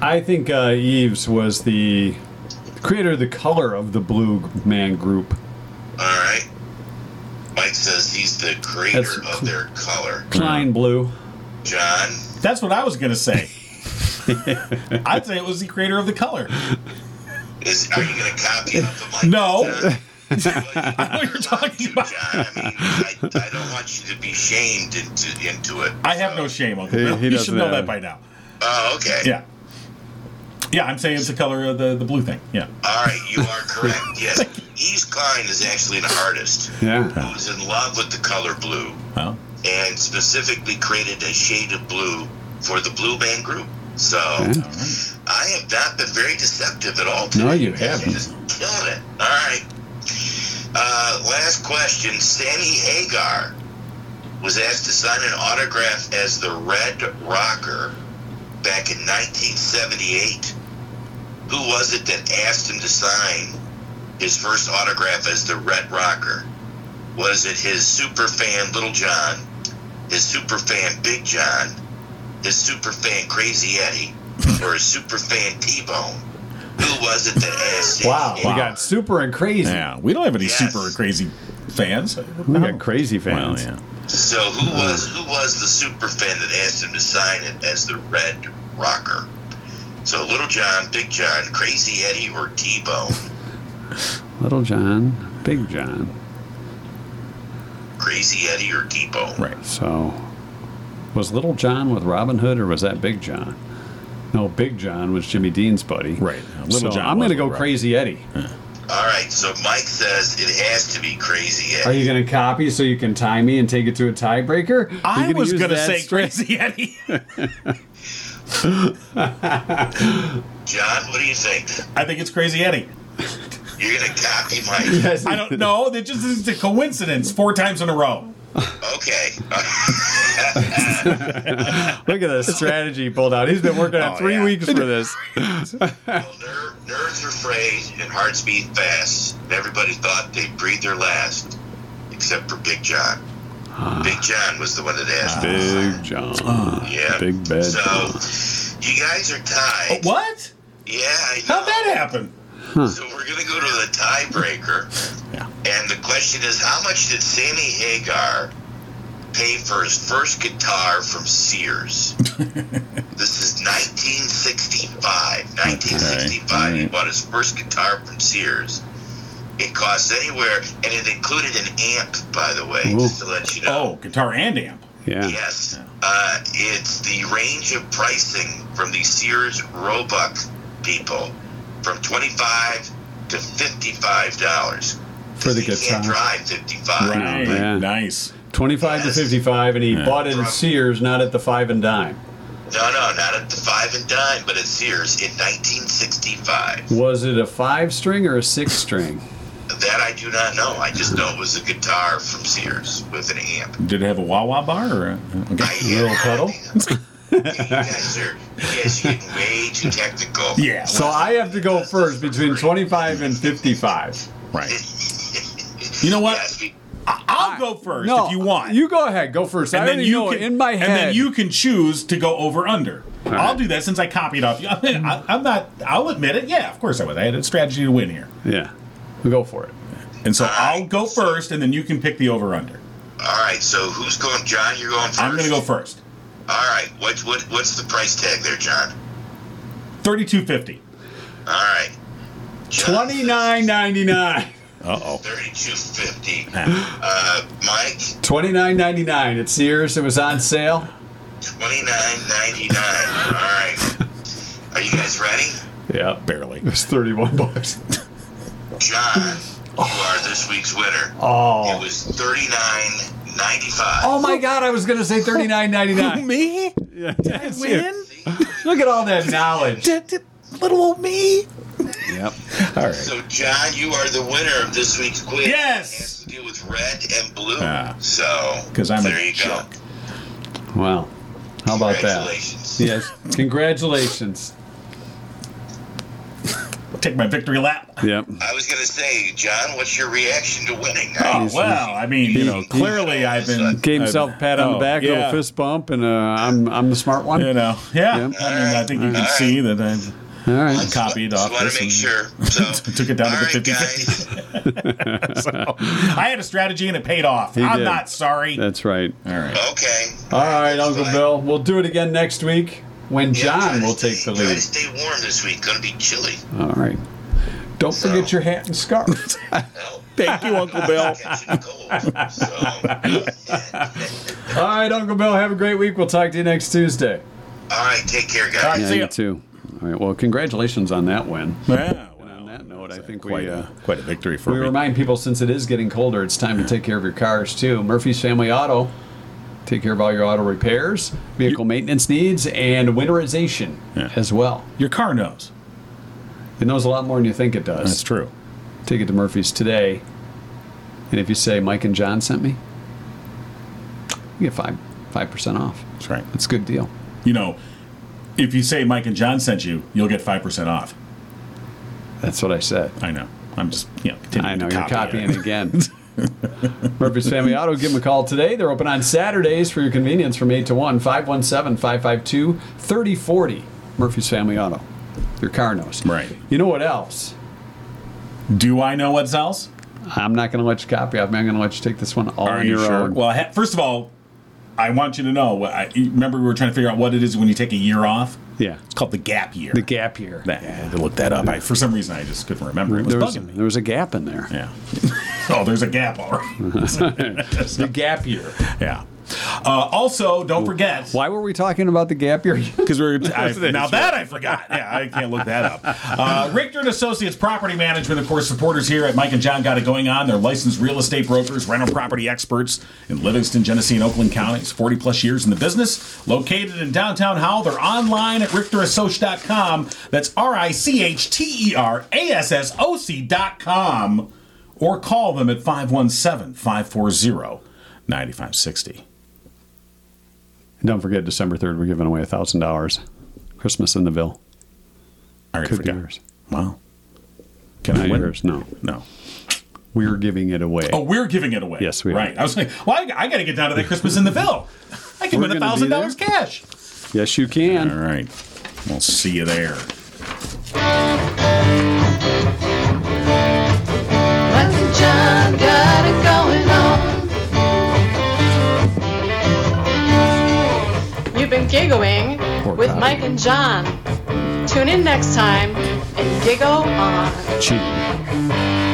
Speaker 2: I think uh, Eves was the creator of the color of the Blue Man Group.
Speaker 6: All right. Mike says he's the creator
Speaker 2: That's
Speaker 6: of their color.
Speaker 2: Klein Blue.
Speaker 6: John,
Speaker 3: That's what I was gonna say. I'd say it was the creator of the color.
Speaker 6: is are you going to copy off of Mike?
Speaker 3: No.
Speaker 6: John?
Speaker 3: know what you're talking about.
Speaker 6: John, I, mean, I, I don't want you to be shamed into into it.
Speaker 3: I have no shame, Uncle
Speaker 7: He-
Speaker 3: Bill.
Speaker 7: he
Speaker 3: you should
Speaker 7: doesn't
Speaker 3: know
Speaker 7: have
Speaker 3: that
Speaker 7: it.
Speaker 3: by now.
Speaker 6: Oh, okay.
Speaker 3: Yeah. Yeah, I'm saying it's the color of the, the blue thing. Yeah.
Speaker 6: All right, you are correct. Yes, Yves Klein is actually an artist
Speaker 7: Yeah.
Speaker 6: who was in love with the color blue
Speaker 3: Well,
Speaker 6: and specifically created a shade of blue for the Blue Band Group. So I have not been very deceptive at all. Today.
Speaker 2: No, you
Speaker 6: guys are
Speaker 2: haven't.
Speaker 6: Just killing it. All right. Uh, last question. Sammy Hagar was asked to sign an autograph as the Red Rocker back in 1978. Who was it that asked him to sign his first autograph as the Red Rocker? Was it his super fan Little John, his super fan Big John, his super fan Crazy Eddie, or his super fan T Bone? Who was it that asked? Sammy
Speaker 2: Wow. We
Speaker 6: Hagar?
Speaker 2: got super and crazy.
Speaker 3: yeah. We don't have any
Speaker 6: Yes.
Speaker 3: super crazy fans.
Speaker 7: We
Speaker 2: Oh.
Speaker 7: got crazy fans.
Speaker 3: Well, yeah.
Speaker 6: So who was who was the super fan that asked him to sign it as the Red Rocker? So Little John, Big John, Crazy Eddie, or T Bone?
Speaker 7: Little John, Big John.
Speaker 6: Crazy Eddie or T Bone?
Speaker 3: Right.
Speaker 7: So, was Little John with Robin Hood, or was that Big John? No, Big John was Jimmy Dean's buddy.
Speaker 3: Right. Little
Speaker 7: so
Speaker 3: John
Speaker 7: I'm going
Speaker 3: was
Speaker 7: to go
Speaker 3: with Robin.
Speaker 7: Crazy Eddie.
Speaker 6: All right. So Mike says it has to be Crazy Eddie.
Speaker 2: Are you going to copy so you can tie me and take it to a tiebreaker?
Speaker 3: I
Speaker 7: You're gonna
Speaker 3: was
Speaker 7: use
Speaker 3: gonna
Speaker 7: that
Speaker 3: say
Speaker 7: straight-
Speaker 3: crazy Eddie.
Speaker 6: John, what do you think?
Speaker 3: I think it's crazy Eddie.
Speaker 6: You're gonna copy Mike?
Speaker 3: I don't know. It just is a coincidence. Four times in a row.
Speaker 6: Okay.
Speaker 7: Look at the strategy he pulled out. He's been working on
Speaker 6: Oh,
Speaker 7: three
Speaker 6: yeah.
Speaker 7: weeks for this.
Speaker 6: well, ner- nerves are frayed and hearts beat fast. And everybody thought they breathed their last, except for Big John. Big John was the one that asked. him to sign.
Speaker 7: Ah. Big John.
Speaker 6: Yeah.
Speaker 7: Big bad.
Speaker 6: So you guys are tied.
Speaker 3: Uh, Oh, What?
Speaker 6: Yeah. I know.
Speaker 3: How'd that happen?
Speaker 6: So we're gonna go to the tiebreaker.
Speaker 3: Yeah.
Speaker 6: And the question is, how much did Sammy Hagar pay for his first guitar from Sears? this is 1965. 1965. He bought his first guitar from Sears. It costs anywhere, and it included an amp, by the way, just to let you know.
Speaker 3: Oh, guitar and amp.
Speaker 7: Yeah.
Speaker 6: Yes. Uh, it's the range of pricing from the Sears Roebuck people from 25 to $55.
Speaker 2: For the
Speaker 6: You can't
Speaker 2: guitar.
Speaker 6: drive 55
Speaker 7: yeah.
Speaker 3: Nice.
Speaker 2: 25 to 55, and he bought it at Sears, not at the Five and Dime.
Speaker 6: No, no, not at the Five and Dime, but at Sears in 1965.
Speaker 2: Was it a five string or a six string?
Speaker 6: That I do not know. I just know it was a guitar from Sears with an amp.
Speaker 3: Did it have a Wawa bar or a,
Speaker 6: I-
Speaker 3: a little pedal?
Speaker 6: Yeah, you guys are, you guys are getting way too technical.
Speaker 3: Yeah.
Speaker 2: So I have to go first between 25 and 55.
Speaker 3: Right. You know what?
Speaker 6: Yes, we-
Speaker 3: I- I'll go first if you want.
Speaker 2: You go ahead. Go first. I already know it in my head.
Speaker 3: And then you can choose to go over under. I'll
Speaker 7: right.
Speaker 3: do that since I copied off you. I am not. I'll admit it. Yeah, of course I was. I had a strategy to win here,
Speaker 7: Yeah.
Speaker 2: you go for it.
Speaker 3: and so I'll go first, and then you can pick the over under.
Speaker 6: all right, so who's going? John, you're going 1st
Speaker 3: I'm gonna go first.
Speaker 6: All right, what, what, what's the price tag there, John?
Speaker 3: Thirty two fifty.
Speaker 6: All right. John,
Speaker 2: 29.99.
Speaker 3: Uh oh.
Speaker 6: 3250. Uh, Mike,
Speaker 2: 29.99 at Sears. It was on sale.
Speaker 6: 2999. All right. Are you guys ready?
Speaker 7: Yeah.
Speaker 3: Barely.
Speaker 2: It was 31 bucks.
Speaker 6: John, you are this week's winner. It
Speaker 2: Oh.
Speaker 6: was 3995.
Speaker 2: Oh my God! I was gonna say 39.99.
Speaker 3: Me? Win?
Speaker 2: Look at all that knowledge.
Speaker 3: Little old me?
Speaker 7: Yep.
Speaker 6: So, John, you are the winner of this week's quiz.
Speaker 3: Yes.
Speaker 6: It has to do with red and blue.
Speaker 3: Ah.
Speaker 6: so,
Speaker 3: 'Cause I'm a
Speaker 6: there you
Speaker 3: jerk.
Speaker 6: go.
Speaker 7: Wow.
Speaker 2: How about that?
Speaker 6: Congratulations.
Speaker 2: Yes. Congratulations.
Speaker 3: Take my victory lap.
Speaker 7: Yep.
Speaker 6: I was going to say, John, what's your reaction to winning?
Speaker 3: Oh well, I mean, you know,
Speaker 7: He-
Speaker 3: clearly I've been
Speaker 7: Gave himself a pat on
Speaker 3: Oh,
Speaker 7: the back, a
Speaker 3: yeah.
Speaker 7: little fist bump, and uh, I'm I'm the smart one.
Speaker 3: You know, yeah. I mean,
Speaker 7: Yeah.
Speaker 3: I think you can see that I've
Speaker 7: All right.
Speaker 3: copied
Speaker 6: Just
Speaker 3: off
Speaker 6: want
Speaker 3: this.
Speaker 6: to make
Speaker 3: and-
Speaker 6: sure. So,
Speaker 3: Took it down
Speaker 6: all
Speaker 3: to the
Speaker 6: right,
Speaker 3: 50
Speaker 6: guys.
Speaker 3: 50. I had a strategy and it paid off.
Speaker 7: He
Speaker 3: I'm
Speaker 7: did.
Speaker 3: not sorry.
Speaker 7: That's right,
Speaker 3: All right. Uh,
Speaker 6: Okay.
Speaker 2: All right, Uncle
Speaker 6: Fine.
Speaker 2: Bill. We'll do it again next week when
Speaker 6: Yeah, try
Speaker 2: John
Speaker 6: to
Speaker 2: will
Speaker 6: stay-
Speaker 2: take the
Speaker 6: Try
Speaker 2: lead.
Speaker 6: to stay warm this week. Going to be chilly.
Speaker 7: all right.
Speaker 2: Don't forget your hat and scarf.
Speaker 6: Well,
Speaker 3: Thank you, Uncle Bill.
Speaker 6: catching cold. So,
Speaker 2: All right, Uncle Bill. Have a great week. We'll talk to you next Tuesday.
Speaker 6: all right. Take care, guys.
Speaker 3: right,
Speaker 7: Yeah,
Speaker 3: See
Speaker 7: you
Speaker 3: ya.
Speaker 7: too. All right. Well, congratulations on that win.
Speaker 3: Yeah, well,
Speaker 7: On that note, I think
Speaker 3: quite,
Speaker 7: we uh,
Speaker 3: a, quite a victory for
Speaker 2: We
Speaker 3: me.
Speaker 2: remind people since it is getting colder, it's time to take care of your cars too. Murphy's Family Auto. Take care of all your auto repairs, vehicle maintenance needs, and winterization
Speaker 3: Yeah.
Speaker 2: as well.
Speaker 3: Your car knows.
Speaker 2: It knows a lot more than you think it does.
Speaker 3: That's true.
Speaker 2: Take it to Murphy's today. And if you say Mike and John sent me, you get five five percent off.
Speaker 3: That's right.
Speaker 2: That's a good deal.
Speaker 3: You know, if you say Mike and John sent you, you'll get 5% off.
Speaker 2: That's what I said.
Speaker 3: I know. I'm just, you know, continuing
Speaker 7: I know
Speaker 3: to
Speaker 7: you're
Speaker 3: copy
Speaker 7: copying
Speaker 3: it.
Speaker 7: again.
Speaker 2: Murphy's Family Auto, give them a call today. They're open on Saturdays for your convenience from 8 to 1, 517 552 3040. Murphy's Family Auto. Your car knows.
Speaker 3: Right.
Speaker 2: You know what else?
Speaker 3: Do I know what's else?
Speaker 7: I'm not going to let you copy off me. I'm going to let you take this one all
Speaker 3: Are
Speaker 7: on
Speaker 3: you
Speaker 7: your
Speaker 3: sure?
Speaker 7: own.
Speaker 3: Well, I ha- first of all, I want you to know. what I, you remember, we were trying to figure out what it is when you take a year off.
Speaker 7: yeah.
Speaker 3: It's called the gap year.
Speaker 7: The gap year.
Speaker 3: Nah, I had to look that up. I, for some reason, I just couldn't remember. It was
Speaker 7: There was,
Speaker 3: bugging me.
Speaker 7: there was a gap in there.
Speaker 3: Yeah. oh, there's a gap already.
Speaker 2: The gap year.
Speaker 3: yeah. Uh, also, don't forget.
Speaker 7: Why were we talking about the gap year?
Speaker 3: Because we're I, now that I forgot. Yeah, I can't look that up. Uh, Richter and Associates Property Management, of course, supporters here at Mike and John got it going on. They're licensed real estate brokers, rental property experts in Livingston, Genesee, and Oakland counties. Forty plus years in the business. Located in downtown Howell, they're online at richterassociate.com. That's R I C H T E R A S S O C dot com, or call them at 517 540 9560.
Speaker 7: Don't forget, December 3rd, we're giving away $1,000. Christmas in the Ville.
Speaker 3: I already
Speaker 7: Could be
Speaker 3: forgot.
Speaker 7: yours.
Speaker 3: Wow. Can
Speaker 7: Not
Speaker 3: I win?
Speaker 7: yours, no.
Speaker 3: No.
Speaker 7: We're giving it away.
Speaker 3: Oh, we're giving it away.
Speaker 7: Yes, we are.
Speaker 3: right. I was like, well, I, got to get down to that Christmas in the Ville. I can
Speaker 7: We're
Speaker 3: win a
Speaker 7: gonna be
Speaker 3: thousand
Speaker 7: there.
Speaker 3: dollars cash.
Speaker 7: Yes, you
Speaker 3: All
Speaker 7: can.
Speaker 3: right, we'll see you there.
Speaker 1: Michael John got it going on.
Speaker 8: You've been giggling with
Speaker 7: copy.
Speaker 8: Mike and John. Tune in next time and giggle on.
Speaker 7: Cheap.